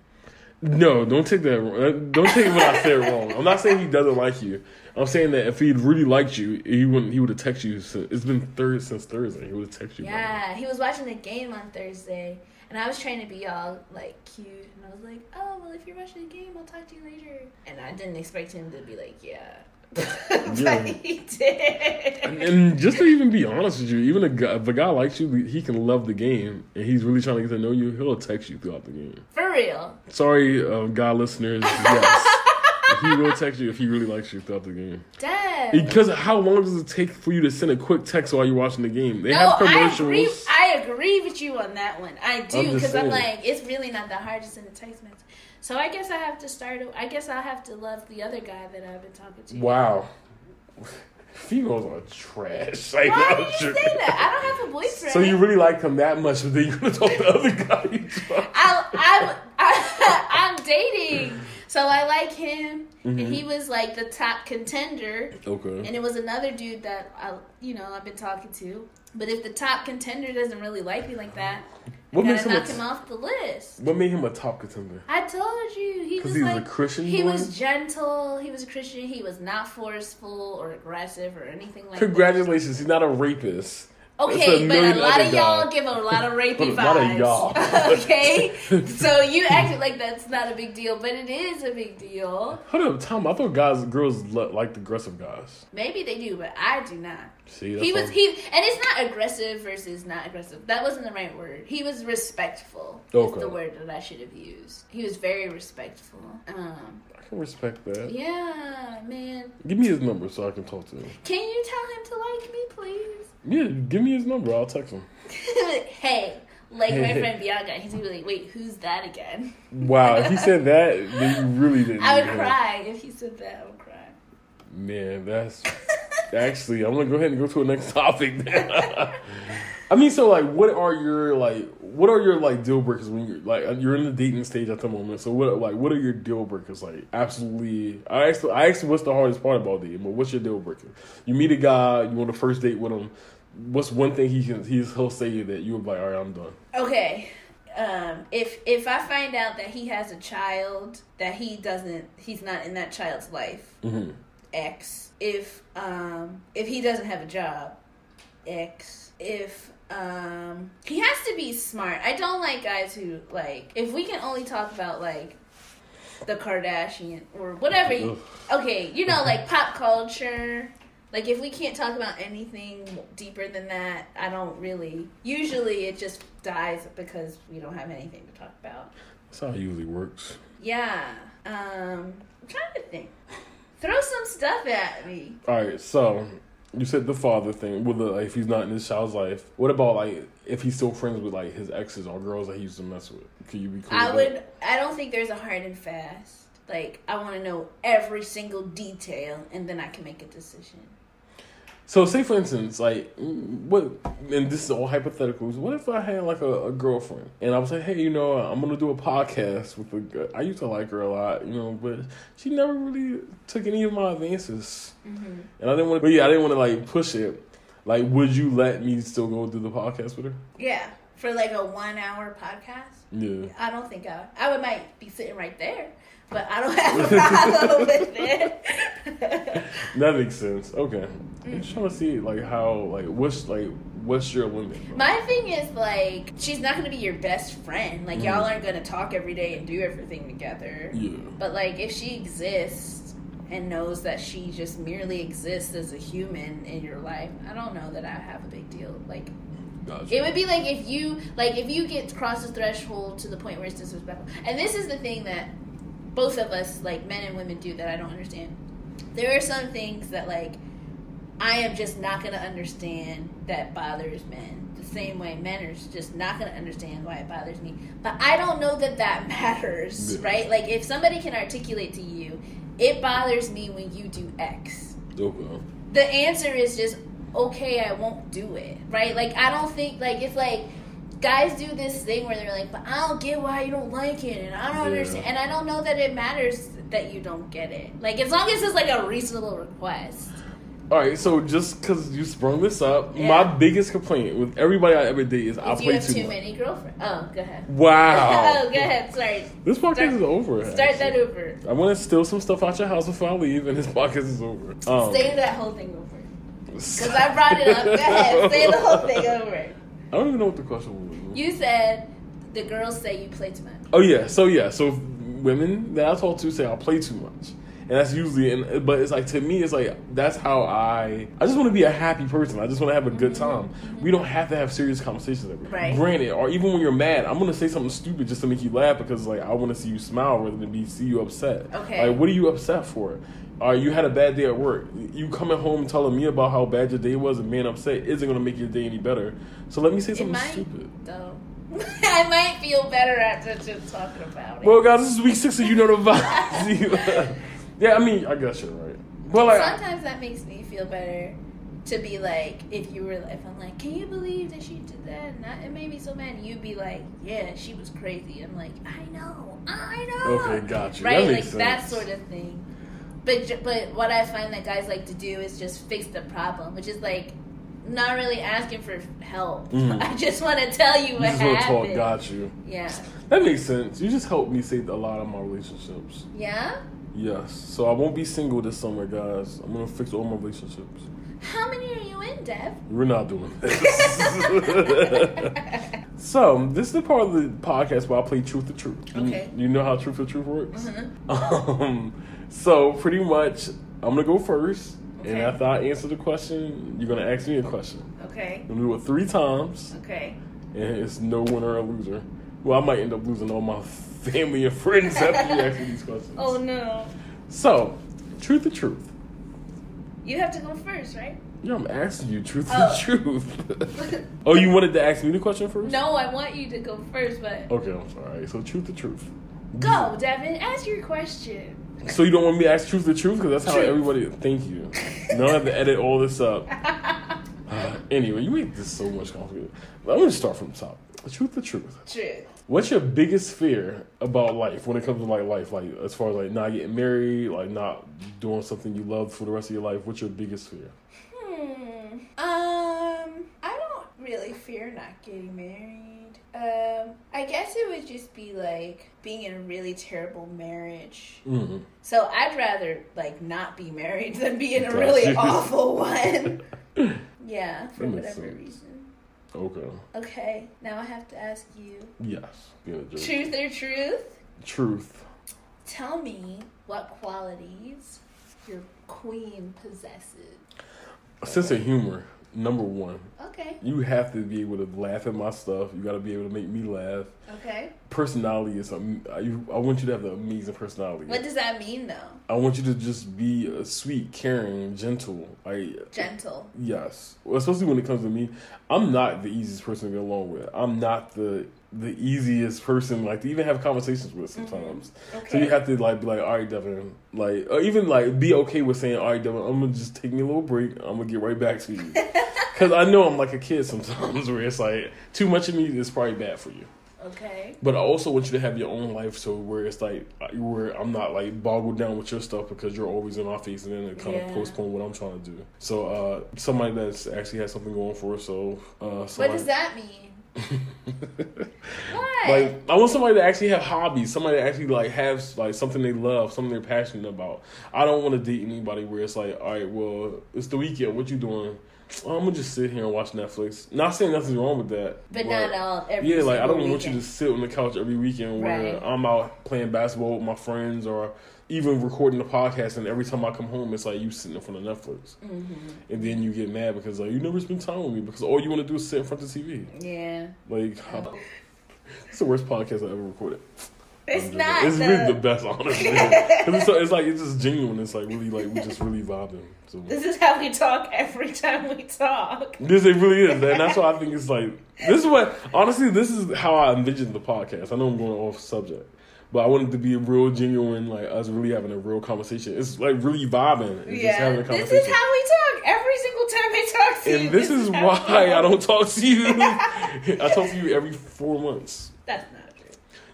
No, don't take that. wrong. Uh, Don't take what I said wrong. I'm not saying he doesn't like you. I'm saying that if he really liked you, he wouldn't. He would have texted you. Since, it's been third since Thursday. He would have texted you. by now. Yeah, he was watching the game on Thursday, and I was trying to be all like cute, and I was like, oh, well, if you're watching the game, I'll talk to you later. And I didn't expect him to be like, yeah. but Yeah. he did. And, and just to even be honest with you, even a guy, if a guy likes you, he can love the game, and he's really trying to get to know you. He'll text you throughout the game. For real. Sorry, um, guy listeners. Yes, he will text you if he really likes you throughout the game. Dad. Because how long does it take for you to send a quick text while you're watching the game? They have I agree, commercials. I agree with you on that one. I do I'm just because I'm, saying. like, it's really not that hard to send a text message. So I guess I have to start. I guess I'll have to love the other guy that I've been talking to. Wow. Females are trash. Like, Why I'm do you say sure. that? I don't have a boyfriend. So you really liked him that much, but then you're gonna talk to the other guy. you talk- I, I, I, I'm dating. So I like him, Mm-hmm. and he was like the top contender. Okay. And it was another dude that I, you know, I've been talking to. But if the top contender doesn't really like me like that, What I makes gotta him a, knock him off the list. What made him a top contender? I told you he 'Cause was he was a like Christian He boy? was gentle. He was a Christian. He was not forceful or aggressive or anything like Congratulations, he's not a rapist. that. It's Okay, a but million a lot of other y'all guys. give a lot of A rapey lot of vibes. y'all. okay, so you acted like that's not a big deal, but it is a big deal. Hold up, Tom. I thought guys, girls li- liked aggressive guys. Maybe they do, but I do not. See, that's He was all- he, and it's not aggressive versus not aggressive. That wasn't the right word. He was respectful. Okay. Is the word that I should have used. He was very respectful. Um, I can respect that. yeah, man. Give me his number so I can talk to him. Can you tell him to like me, please? Yeah, give me his number. I'll text him. hey, like my friend Bianca, he's gonna be like, wait, who's that again? Wow, if he said that, then you really didn't. I need would him. cry if he said that. I would cry. Man, that's actually. I'm gonna go ahead and go to the next topic. Then. I mean, so like, what are your like, what are your like deal breakers when you're like you're in the dating stage at the moment? So what like, what are your deal breakers like? Absolutely, I asked. I asked what's the hardest part about dating, but what's your deal breaker? You meet a guy, you want a first date with him. What's one thing he can he's, he'll say that you'll be like, all right, I'm done. Okay. Um, if if I find out that he has a child that he doesn't, he's not in that child's life. Mhm. X. If um, if he doesn't have a job. X. If um, he has to be smart. I don't like guys who like. If we can only talk about like the Kardashian or whatever. you- okay, you know, like pop culture. Like if we can't talk about anything deeper than that, I don't really. Usually, it just dies because we don't have anything to talk about. That's how it usually works. Yeah. Um, I'm trying to think. Throw some stuff at me. All right, so you said the father thing. With the, like, if he's not in his child's life, what about like if he's still friends with like his exes or girls that he used to mess with? Could you be cool? I with would. that? I don't think there's a hard and fast. Like I want to know every single detail, and then I can make a decision. So say for instance, like mm, what? And this is all hypotheticals. What if I had like a, a girlfriend and I was like, hey, you know, I'm gonna do a podcast with a girl. I used to like her a lot, you know, but she never really took any of my advances, Mm-hmm. and I didn't want. But yeah, I didn't want to like push it. Like, would you let me still go do the podcast with her? Yeah, for like a one-hour podcast. Yeah. I don't think I. I would might be sitting right there, but I don't have a problem with it. That makes sense. Okay, Mm. I'm just trying to see like how like what's like what's your limit? bro? My thing is like she's not gonna be your best friend. Like y'all aren't gonna talk every day and do everything together. yeah, But like if she exists and knows that she just merely exists as a human in your life, I don't know that I have a big deal. Like gotcha. it would be like if you like if you get cross the threshold to the point where it's disrespectful. And this is the thing that both of us, like men and women, do that I don't understand. There are some things that like I am just not gonna understand that bothers men. The same way men are just not gonna understand why it bothers me. But I don't know that that matters, Yeah. right? Like if somebody can articulate to you, it bothers me when you do X okay. the answer is just okay i won't do it right like i don't think like it's like guys do this thing where they're like but i don't get why you don't like it and i don't Yeah. understand and i don't know that it matters that you don't get it like as long as it's like a reasonable request All right, so just because you sprung this up, Yeah. my biggest complaint with everybody I ever date is I If you play have too, too much. many girlfriends oh go ahead Wow. oh go ahead sorry This podcast Start- is over. start that actually. over I want to steal some stuff out your house before I leave, and this podcast is over. Um, say that whole thing over because i brought it up go ahead say the whole thing over I don't even know what the question was. you said the girls say you play too much Oh yeah, so yeah, so women that I talk to say I play too much, and that's usually. And but it's like to me, it's like that's how I. I just want to be a happy person. I just want to have a good time. We don't have to have serious conversations. Every Mm-hmm. Right. Granted, or even when you're mad, I'm gonna say something stupid just to make you laugh because like I want to see you smile rather than be see you upset. Okay. Like what are you upset for? Or you had a bad day at work. You coming home telling me about how bad your day was and being upset isn't gonna make your day any better. So let me say It something might, stupid. though. I might feel better after just talking about it. Well, guys, this is week six, so you know the vibes. yeah, I mean, I guess you're right. But like, Sometimes that makes me feel better to be like, if you were, if I'm like, can you believe that she did that? And that, it made me so mad. You'd be like, yeah, she was crazy. I'm like, I know, I know. Okay, got you. That Right, like makes that sense. sort of thing. But ju- but what I find that guys like to do is just fix the problem, which is like not really asking for help. Mhm. I just want to tell you you what just want to happened. talk, got you. Yeah, That makes sense. You just helped me save a lot of my relationships. yeah. Yes. So I won't be single this summer, guys. I'm gonna fix all my relationships. How many are you in, Dev? We're not doing this. so this is the part of the podcast where I play truth to truth. You- Okay. Mm-hmm. You, know how truth to truth works. Um, so pretty much, I'm gonna go first, and Okay. after I answer the question, you're gonna ask me a question. Okay, I'm gonna do it three times, okay. and it's no winner or loser. Well, I might end up losing all my family and friends after you ask me these questions. Oh no. So, truth to truth. You have to go first, right? Yeah, I'm asking you truth Oh. to truth. oh, you wanted to ask me the question first? No, I want you to go first, but Okay, I'm sorry. So truth to truth. go, Devin. Ask your question. So you don't want me to ask truth to truth because that's how Truth. everybody. Thank you. Now I have to edit all this up. anyway, you make this so much complicated. I'm gonna start from the top. Truth to truth. Truth. What's your biggest fear about life when it comes to like life, like as far as like not getting married, like not doing something you love for the rest of your life? What's your biggest fear? Hmm. Um, I don't really fear not getting married. Um, I guess it would just be like being in a really terrible marriage. Mm. So I'd rather like not be married than be in a Gotcha. really awful one. Yeah, for That makes whatever sense. reason. Okay. Okay, now I have to ask you. Yes. Being a jerk. Truth or truth? Truth. Tell me what qualities your queen possesses. Sense of humor. Number one. Okay. You have to be able to laugh at my stuff. You got to be able to make me laugh. Okay. Personality is am- I you- I want you to have an amazing personality. What does that mean though? I want you to just be uh, sweet, caring, gentle. Like Gentle. yes, Well, especially when it comes to me, I'm not the easiest person to get along with. I'm not the the easiest person like to even have conversations with sometimes. Okay. So you have to like be like, all right, Devin, like, or even like be okay with saying, all right, Devin, I'm gonna just take me a little break. I'm gonna get right back to you, because I know I'm like a kid sometimes where it's like too much of me is probably bad for you. okay. But I also want you to have your own life, so where it's like where I'm not like boggled down with your stuff because you're always in my face, and then it kind Yeah. of postpone what I'm trying to do. So uh, somebody that's actually has something going for us. So uh, What somebody, does that mean? What? Like I want somebody to actually have hobbies, somebody to actually like have like something they love, something they're passionate about. I don't want to date anybody where it's like, all right, well, it's the weekend. What you doing? "Oh, I'm gonna just sit here and watch Netflix. Not saying nothing's wrong with that, but not all every Yeah, like I single don't want you to weekend. sit on the couch every weekend where Right. I'm out playing basketball with my friends or even recording the podcast, and every time I come home, it's like you sitting in front of Netflix, Mm-hmm. and then you get mad because like you never spend time with me because all you want to do is sit in front of the TV. Yeah. Like, it's the worst podcast I ever recorded. It's not It's though. really the best, honestly. 'Cause it's, so- it's like it's just genuine. It's like really like we just really vibing. So This is how we talk every time we talk. this it really is, and that's why I think it's like this is what honestly this is how I envisioned the podcast. I know I'm going off subject, but I wanted to be real genuine, like us really having a real conversation. It's like really vibing and just Yeah. having a This conversation. is how we talk every single time I talk to you. and this is how why we talk. I don't talk to you. I talk to you every four months. That's not true.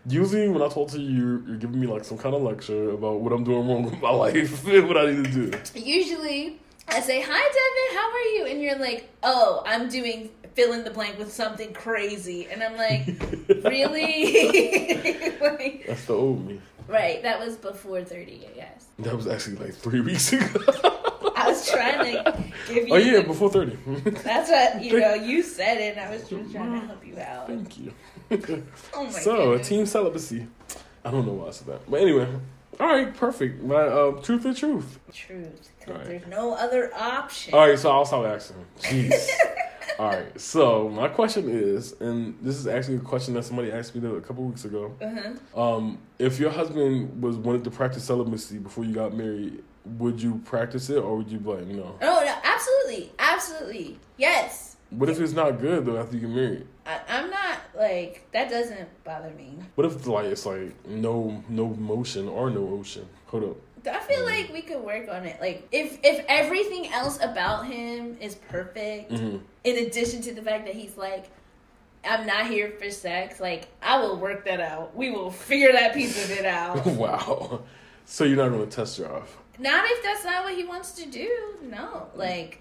Usually, when I talk to you, you're giving me like some kind of lecture about what I'm doing wrong with my life and what I need to do. usually I say, Hi, Devin, how are you? And you're like, Oh, I'm doing fill in the blank with something crazy. And I'm like, Really? like, That's the old me. right, that was before 30, yes. That was actually like three weeks ago. I was trying to give you. oh yeah, the- before thirty. that's what, you know, you said it, and I was just trying to help you out. Thank you. Oh my so, goodness. team celibacy. I don't know why I said that, but anyway, All right, perfect. My uh, truth or truth. Truth. 'cause Right. there's no other option. All right, so I'll stop asking. Jeez. All right, so my question is, and this is actually a question that somebody asked me the- a couple weeks ago. Uh-huh. Um, if your husband was wanted to practice celibacy before you got married, would you practice it or would you be like, no? Oh no! Absolutely, absolutely. Yes. What if it's not good though after you get married? I, I'm not like that. Doesn't bother me. What if like it's like no no motion or no ocean? Hold up. I Mm. feel like we could work on it. Like if if everything else about him is perfect, hmm in addition to the fact that he's like, I'm not here for sex. Like I will work that out. We will figure that piece of it out. wow. So you're not gonna test her off. not if that's not what he wants to do. No, like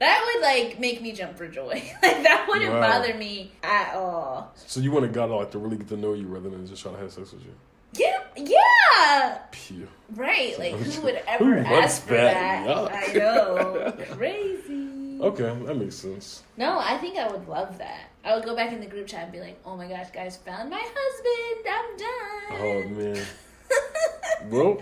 that would like make me jump for joy. like that wouldn't Wow. bother me at all. So you want a guy to like to really get to know you rather than just trying to have sex with you. Yeah, yeah. Pew. Right, like who would ever Who wants ask for that? that? Yuck. I know, crazy. Okay, that makes sense. No, I think I would love that. I would go back in the group chat and be like, "Oh my gosh, guys, found my husband. Oh I'm done." man. Well,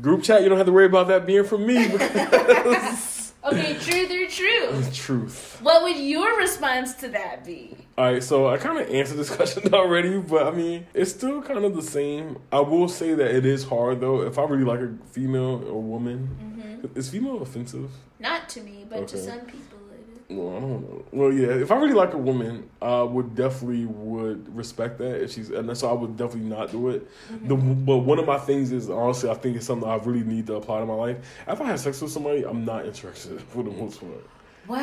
group chat, you don't have to worry about that being from me because okay, true, they're true. truth. What would your response to that be? All right, so I kind of answered this question already, but I mean, it's still kind of the same. I will say that it is hard though. If I really like a female or woman, is female offensive? Not to me, but to Okay. some people it is. Well, I don't know. Well, yeah, if I really like a woman, I would definitely would respect that if she's, and so I would definitely not do it. Mm-hmm. The, but one of my things is honestly, I think it's something I really need to apply to my life. If I have sex with somebody, I'm not interested for the most part. Wow.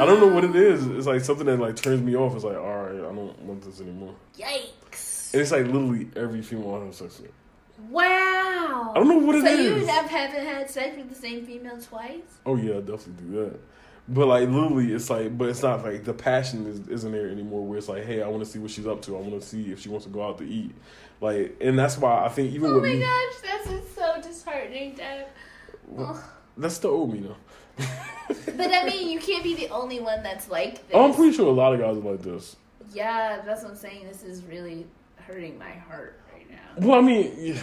I don't know what it is. It's like something that like turns me off. It's like, all right, I don't want this anymore. Yikes. And it's like literally every female I have sex with. Wow. I don't know what it so is. you have, haven't had sex with the same female twice? Oh yeah, I definitely do that. But like literally, it's like, but it's not like the passion is, isn't there anymore. Where it's like, hey, I want to see what she's up to. I want to see if she wants to go out to eat. Like, and that's why I think even Oh with my me, gosh, that's just so disheartening, Deb. Ugh. that's the old me though. But I mean, you can't be the only one that's like this. Oh, I'm pretty sure a lot of guys are like this. Yeah, that's what I'm saying. This is really hurting my heart right now. Well, I mean, yeah.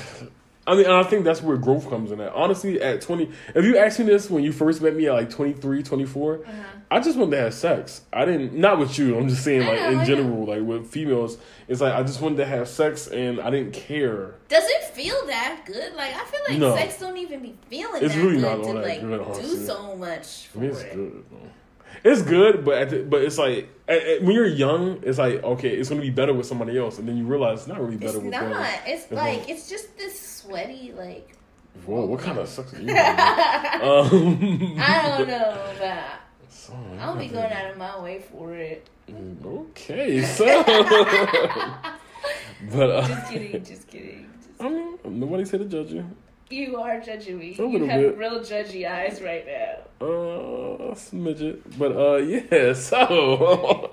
I mean, and I think that's where growth comes in. At honestly, at 20, if you asked me this when you first met me at like 23, 24, Uh-huh. I just wanted to have sex. I didn't, not with you. I'm just saying, I like know, I in know. general, like with females, it's like I just wanted to have sex and I didn't care. Does it feel that good? Like I feel like No. sex don't even be feeling It's that really good not all to that like good, do honestly. so much I for mean, it's it. good. though. It's good, but at the, but it's like at, at- when you're young, it's like okay, it's gonna be better with somebody else, and then you realize it's not really better It's with not. them. It's Yeah. like it's just this sweaty like Whoa, what kind of sex are you? having? um, I don't know, but So, I'll be going out of my way for it. Okay, so. but uh, Just kidding, just kidding. Just, I mean, nobody's here to judge you. you are judgy. me. A You little have bit. real judgy eyes right now. Uh, smidget. But uh, yeah. So,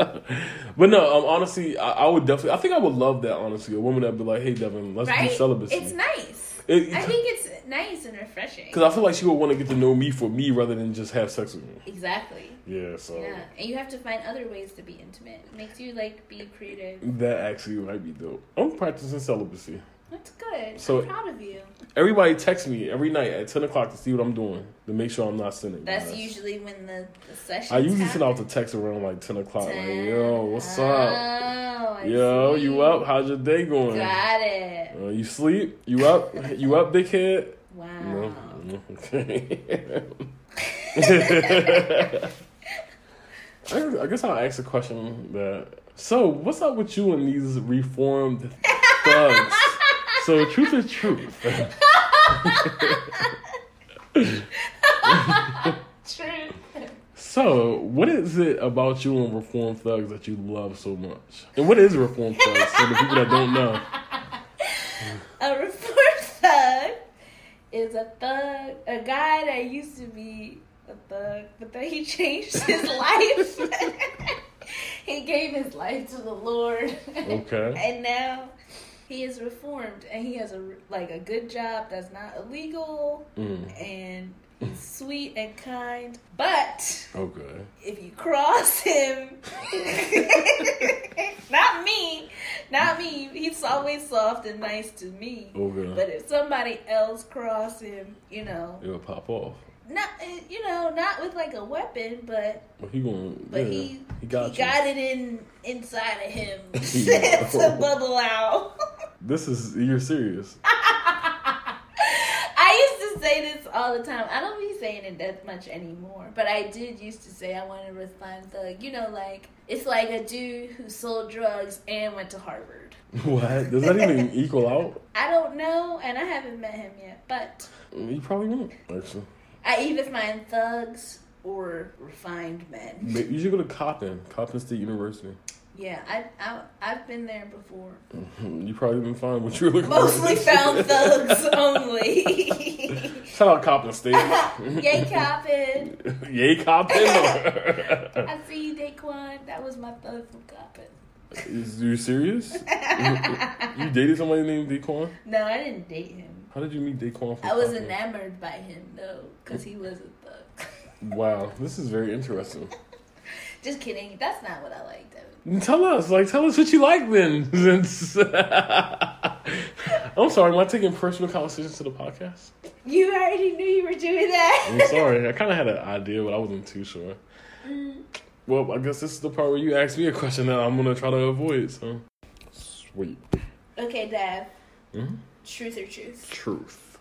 but no. Um, honestly, I, I would definitely. I think I would love that. Honestly, a woman that'd be like, "Hey, Devin, let's Right? do celibacy." It's nice. It- I think it's nice and refreshing. Because I feel like she would want to get to know me for me rather than just have sex with me. Exactly. Yeah, so Yeah, and you have to find other ways to be intimate. It makes you like be creative. that actually might be dope. I'm practicing celibacy. That's good. So- I'm proud of you. Everybody texts me every night at 10 o'clock to see what I'm doing to make sure I'm not sinning. That's guys. usually when the, the session. I usually send out the text around like 10 o'clock. Like, yo, what's up? Oh, I Yo, see. you up? How's your day going? Got it. Uh, you sleep? You up? you up, big head? Wow. No. No. Okay. I I guess I'll ask a question that. So, what's up with you and these reformed thugs? so, truth is truth. True. So, what is it about you and reformed thugs that you love so much? And what is reformed thugs for the people that don't know? A reform thug is a thug, a guy that used to be a thug, but then he changed his life. he gave his life to the Lord. Okay. and now he is reformed and he has a like a good job that's not illegal Mm. and he's sweet and kind but Okay. if you cross him not me Not me. He's always soft and nice to me. Okay. But if somebody else cross him, you know, It'll pop off. not eh, you know, not with like a weapon, but But he going but yeah, he he got you. it in inside of him Yeah. to bubble out. This is you're serious. I used to say this all the time. I don't be saying it that much anymore, but I did used to say I want to respond thug. You know, like it's like a dude who sold drugs and went to Harvard. what? Does that even equal out? I don't know, and I haven't met him yet, but You probably won't. Actually, I either find thugs or refined men. Maybe you should go to Coppin, Coppin State University. Yeah, I, I I've been there before. You probably didn't find what you were looking for. Mostly found thugs only. Shout out Coppin State. Yay, Coppin. Yay, Coppin. I see you, Daquan. That was my thug from Coppin. is you serious? you dated somebody named Daquan? No, I didn't date him. How did you meet Daquan? From I was Compton? enamored by him though, cause he was a thug. Wow, this is very interesting. Just kidding. That's not what I like, Devin. Tell us, like, tell us what you like then. Since I'm sorry, am I taking personal conversations to the podcast? You already knew you were doing that. I'm sorry, I kind of had an idea, but I wasn't too sure. Well, I guess this is the part where you ask me a question that I'm gonna try to avoid. So, sweet okay, Dev. Mhm. Truth or truth? truth.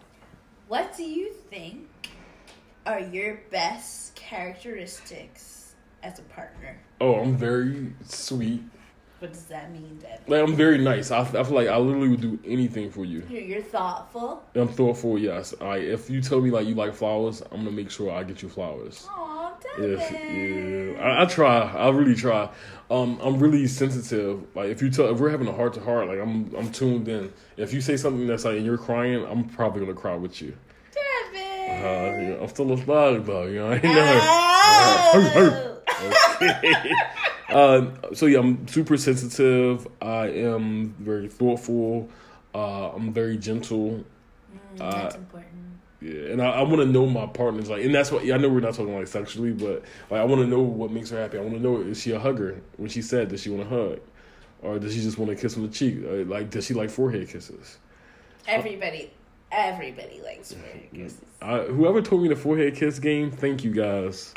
What do you think are your best characteristics as a partner? Oh, I'm very sweet. What does that mean, Devin? Like, I'm very nice. I, I feel like I literally would do anything for you. You're, you're thoughtful. I'm thoughtful, yes. I if you tell me like you like flowers, I'm gonna make sure I get you flowers. Aw, Devin. If yeah, I, I try, I really try. Um, I'm really sensitive. Like if you tell, if we're having a heart to heart, like I'm, I'm tuned in. If you say something that's like and you're crying, I'm probably gonna cry with you. Uh, Devin. yeah, I'm still a thug though, you know. I know. Uh-huh. Oh. Uh, so yeah, I'm super sensitive. I am very thoughtful. Uh, I'm very gentle. Uh, That's important. Yeah, and I, I want to know my partner's like, and that's what yeah, I know we're not talking like sexually, but like I want to know what makes her happy. I want to know is she a hugger when she said does she want to hug, or does she just want to kiss on the cheek? Or, like does she like forehead kisses? Everybody, everybody likes forehead kisses. I, whoever told me the forehead kiss game, thank you guys.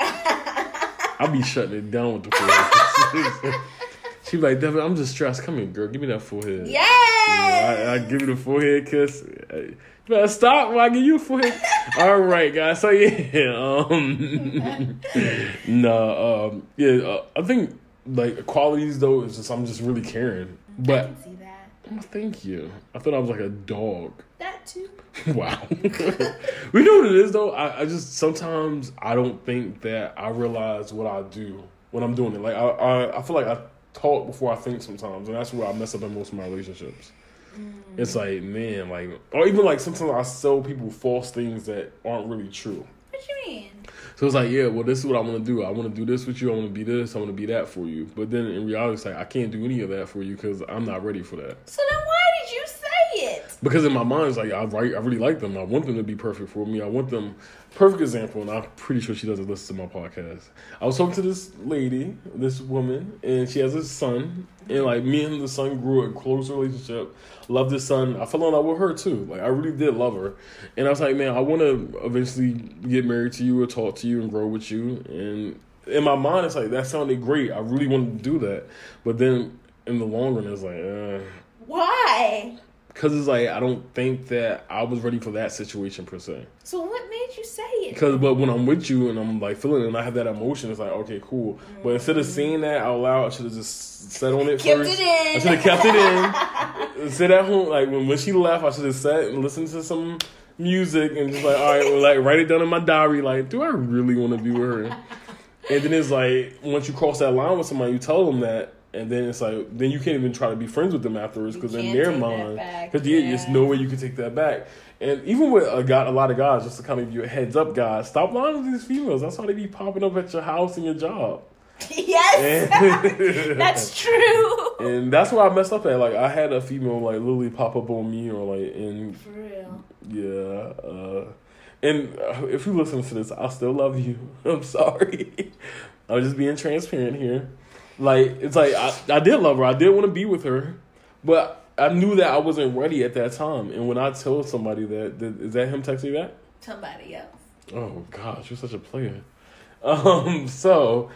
I'll be shutting it down with the forehead kisses. she be like Devin, I'm just stressed. Come here, girl, give me that forehead. Yay! I, I give you the forehead kiss. You better stop while I give you a forehead. All right, guys. So yeah, um, no, um, yeah. Uh, I think like qualities though is just I'm just really caring. But see that. oh, thank you. I thought I was like a dog. That too. Wow. we know what it is though. I, I just sometimes I don't think that I realize what I do when I'm doing it. Like I, I, I feel like I talk before I think sometimes, and that's where I mess up in most of my relationships. It's like man, like or even like sometimes I sell people false things that aren't really true. What you mean? So it's like, yeah, well, this is what I want to do. I want to do this with you. I want to be this. I want to be that for you. But then in reality, it's like I can't do any of that for you because I'm not ready for that. So then why did you say it? Because in my mind, it's like I right, I really like them. I want them to be perfect for me. I want them perfect example, and I'm pretty sure she doesn't listen to my podcast. I was talking to this lady, this woman, and she has a son, and like me and the son grew a close relationship. Loved the son. I fell in love with her too. Like I really did love her, and I was like, man, I want to eventually get married to you or talk to you and grow with you. And in my mind, it's like that sounded great. I really wanted to do that, but then in the long run, it's like. Uh, Why? Cause it's like I don't think that I was ready for that situation per se. So what made you say it? Cause but when I'm with you and I'm like feeling it and I have that emotion, it's like okay, cool. But instead of seeing that out loud, I should have just sat on it Kept first. it in. I should have kept it in. Sit at home like when when she left, I should have sat and listened to some music and just like all right, well, like write it down in my diary. Like, do I really want to be with her? And then it's like once you cross that line with somebody, you tell them that. And then it's like then you can't even try to be friends with them afterwards You because in can't their take that mind, back, because yeah, there's yeah. no way you can take that back. And even with a guy, a lot of guys, just to kind of give you a heads up, guys, stop lying to these females. That's why they be popping up at your house and your job. yes, And- that's true. and that's where I messed up at. Like I had a female like literally pop up on me or like and For real. yeah. Uh, and uh, if you listen to this, I still love you. I'm sorry. I'm just being transparent here. Like it's like I, I did love her. I did want to be with her, But I knew that I wasn't ready at that time. And when I told somebody that, that is that him texting me back? Somebody else. Oh gosh, you're such a player. Um, so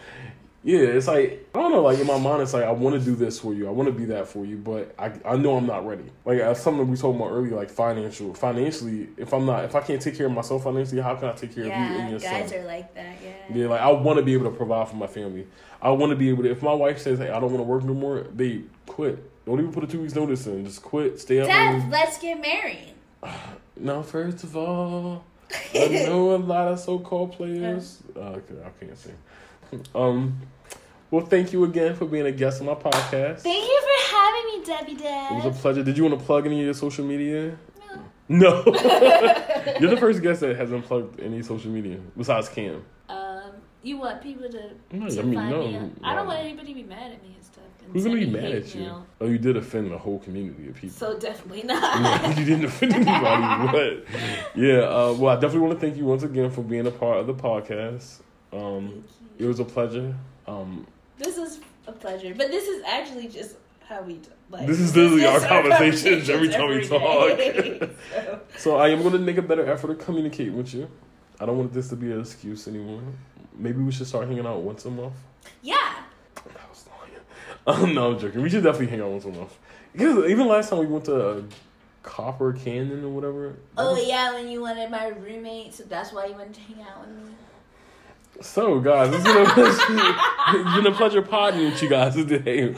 yeah, it's like I don't know. Like in my mind, it's like I want to do this for you. I want to be that for you, but I I know I'm not ready. Like that's something we talked about earlier, like financial, financially. If I'm not, if I can't take care of myself financially, how can I take care of you Yeah, and your guys son? are like that. Yeah. Yeah, like I want to be able to provide for my family. I want to be able to. If my wife says, "Hey, I don't want to work no more," they quit. Don't even put a two weeks notice in. Just quit. Stay at Dad, home. let's get married. Now, first of all, I know a lot of so-called players. Uh, okay, I can't sing. Um, well, thank you again for being a guest on my podcast. Thank you for having me, Debbie Dad. It was a pleasure. Did you want to plug any of your social media? No. You're the first guest that hasn't plugged any social media besides Cam. Um, you want people to, No, to I mean, find no, me? on- I don't no. want anybody to be mad at me and stuff. and Who's gonna be send me mad hate at you? mail. Oh, you did offend the whole community of people. So definitely No, not. you didn't offend anybody, but yeah. Uh, well, I definitely want to thank you once again for being a part of the podcast. Um, it was a pleasure. Um, this is a pleasure, but this is actually just how we do. Like, This is literally our our conversations every time we conversations every talk. day. So, So I am going to make a better effort to communicate with you. I don't want this to be an excuse anymore. Maybe we should start hanging out once a month. yeah. That was lying. Um, no, I'm joking. We should definitely hang out once a month. Because even last time we went to uh, Copper Canyon or whatever. that Oh was- yeah, when you wanted my roommate, so that's why you wanted to hang out with me. So guys, it's been a pleasure, it's been a pleasure potting with you guys today.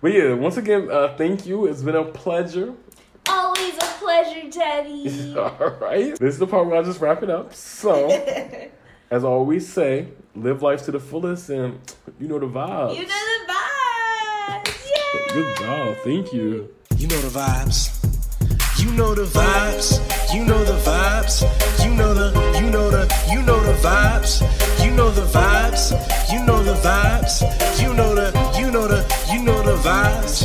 But yeah, once again, uh, thank you. It's been a pleasure. Always a pleasure, Debbie. All right. This is the part where I just wrap it up. So, as I always say, live life to the fullest and you know the vibes. you know the vibes. Yeah. Good job. Thank you. You know the vibes. You know the vibes. You know the vibes. You know the you know the you know the vibes. You know the vibes. You know the vibes. You know the you know the you know the vibes.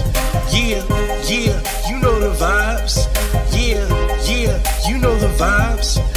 Yeah, yeah, you know the vibes. Yeah, yeah, you know the vibes.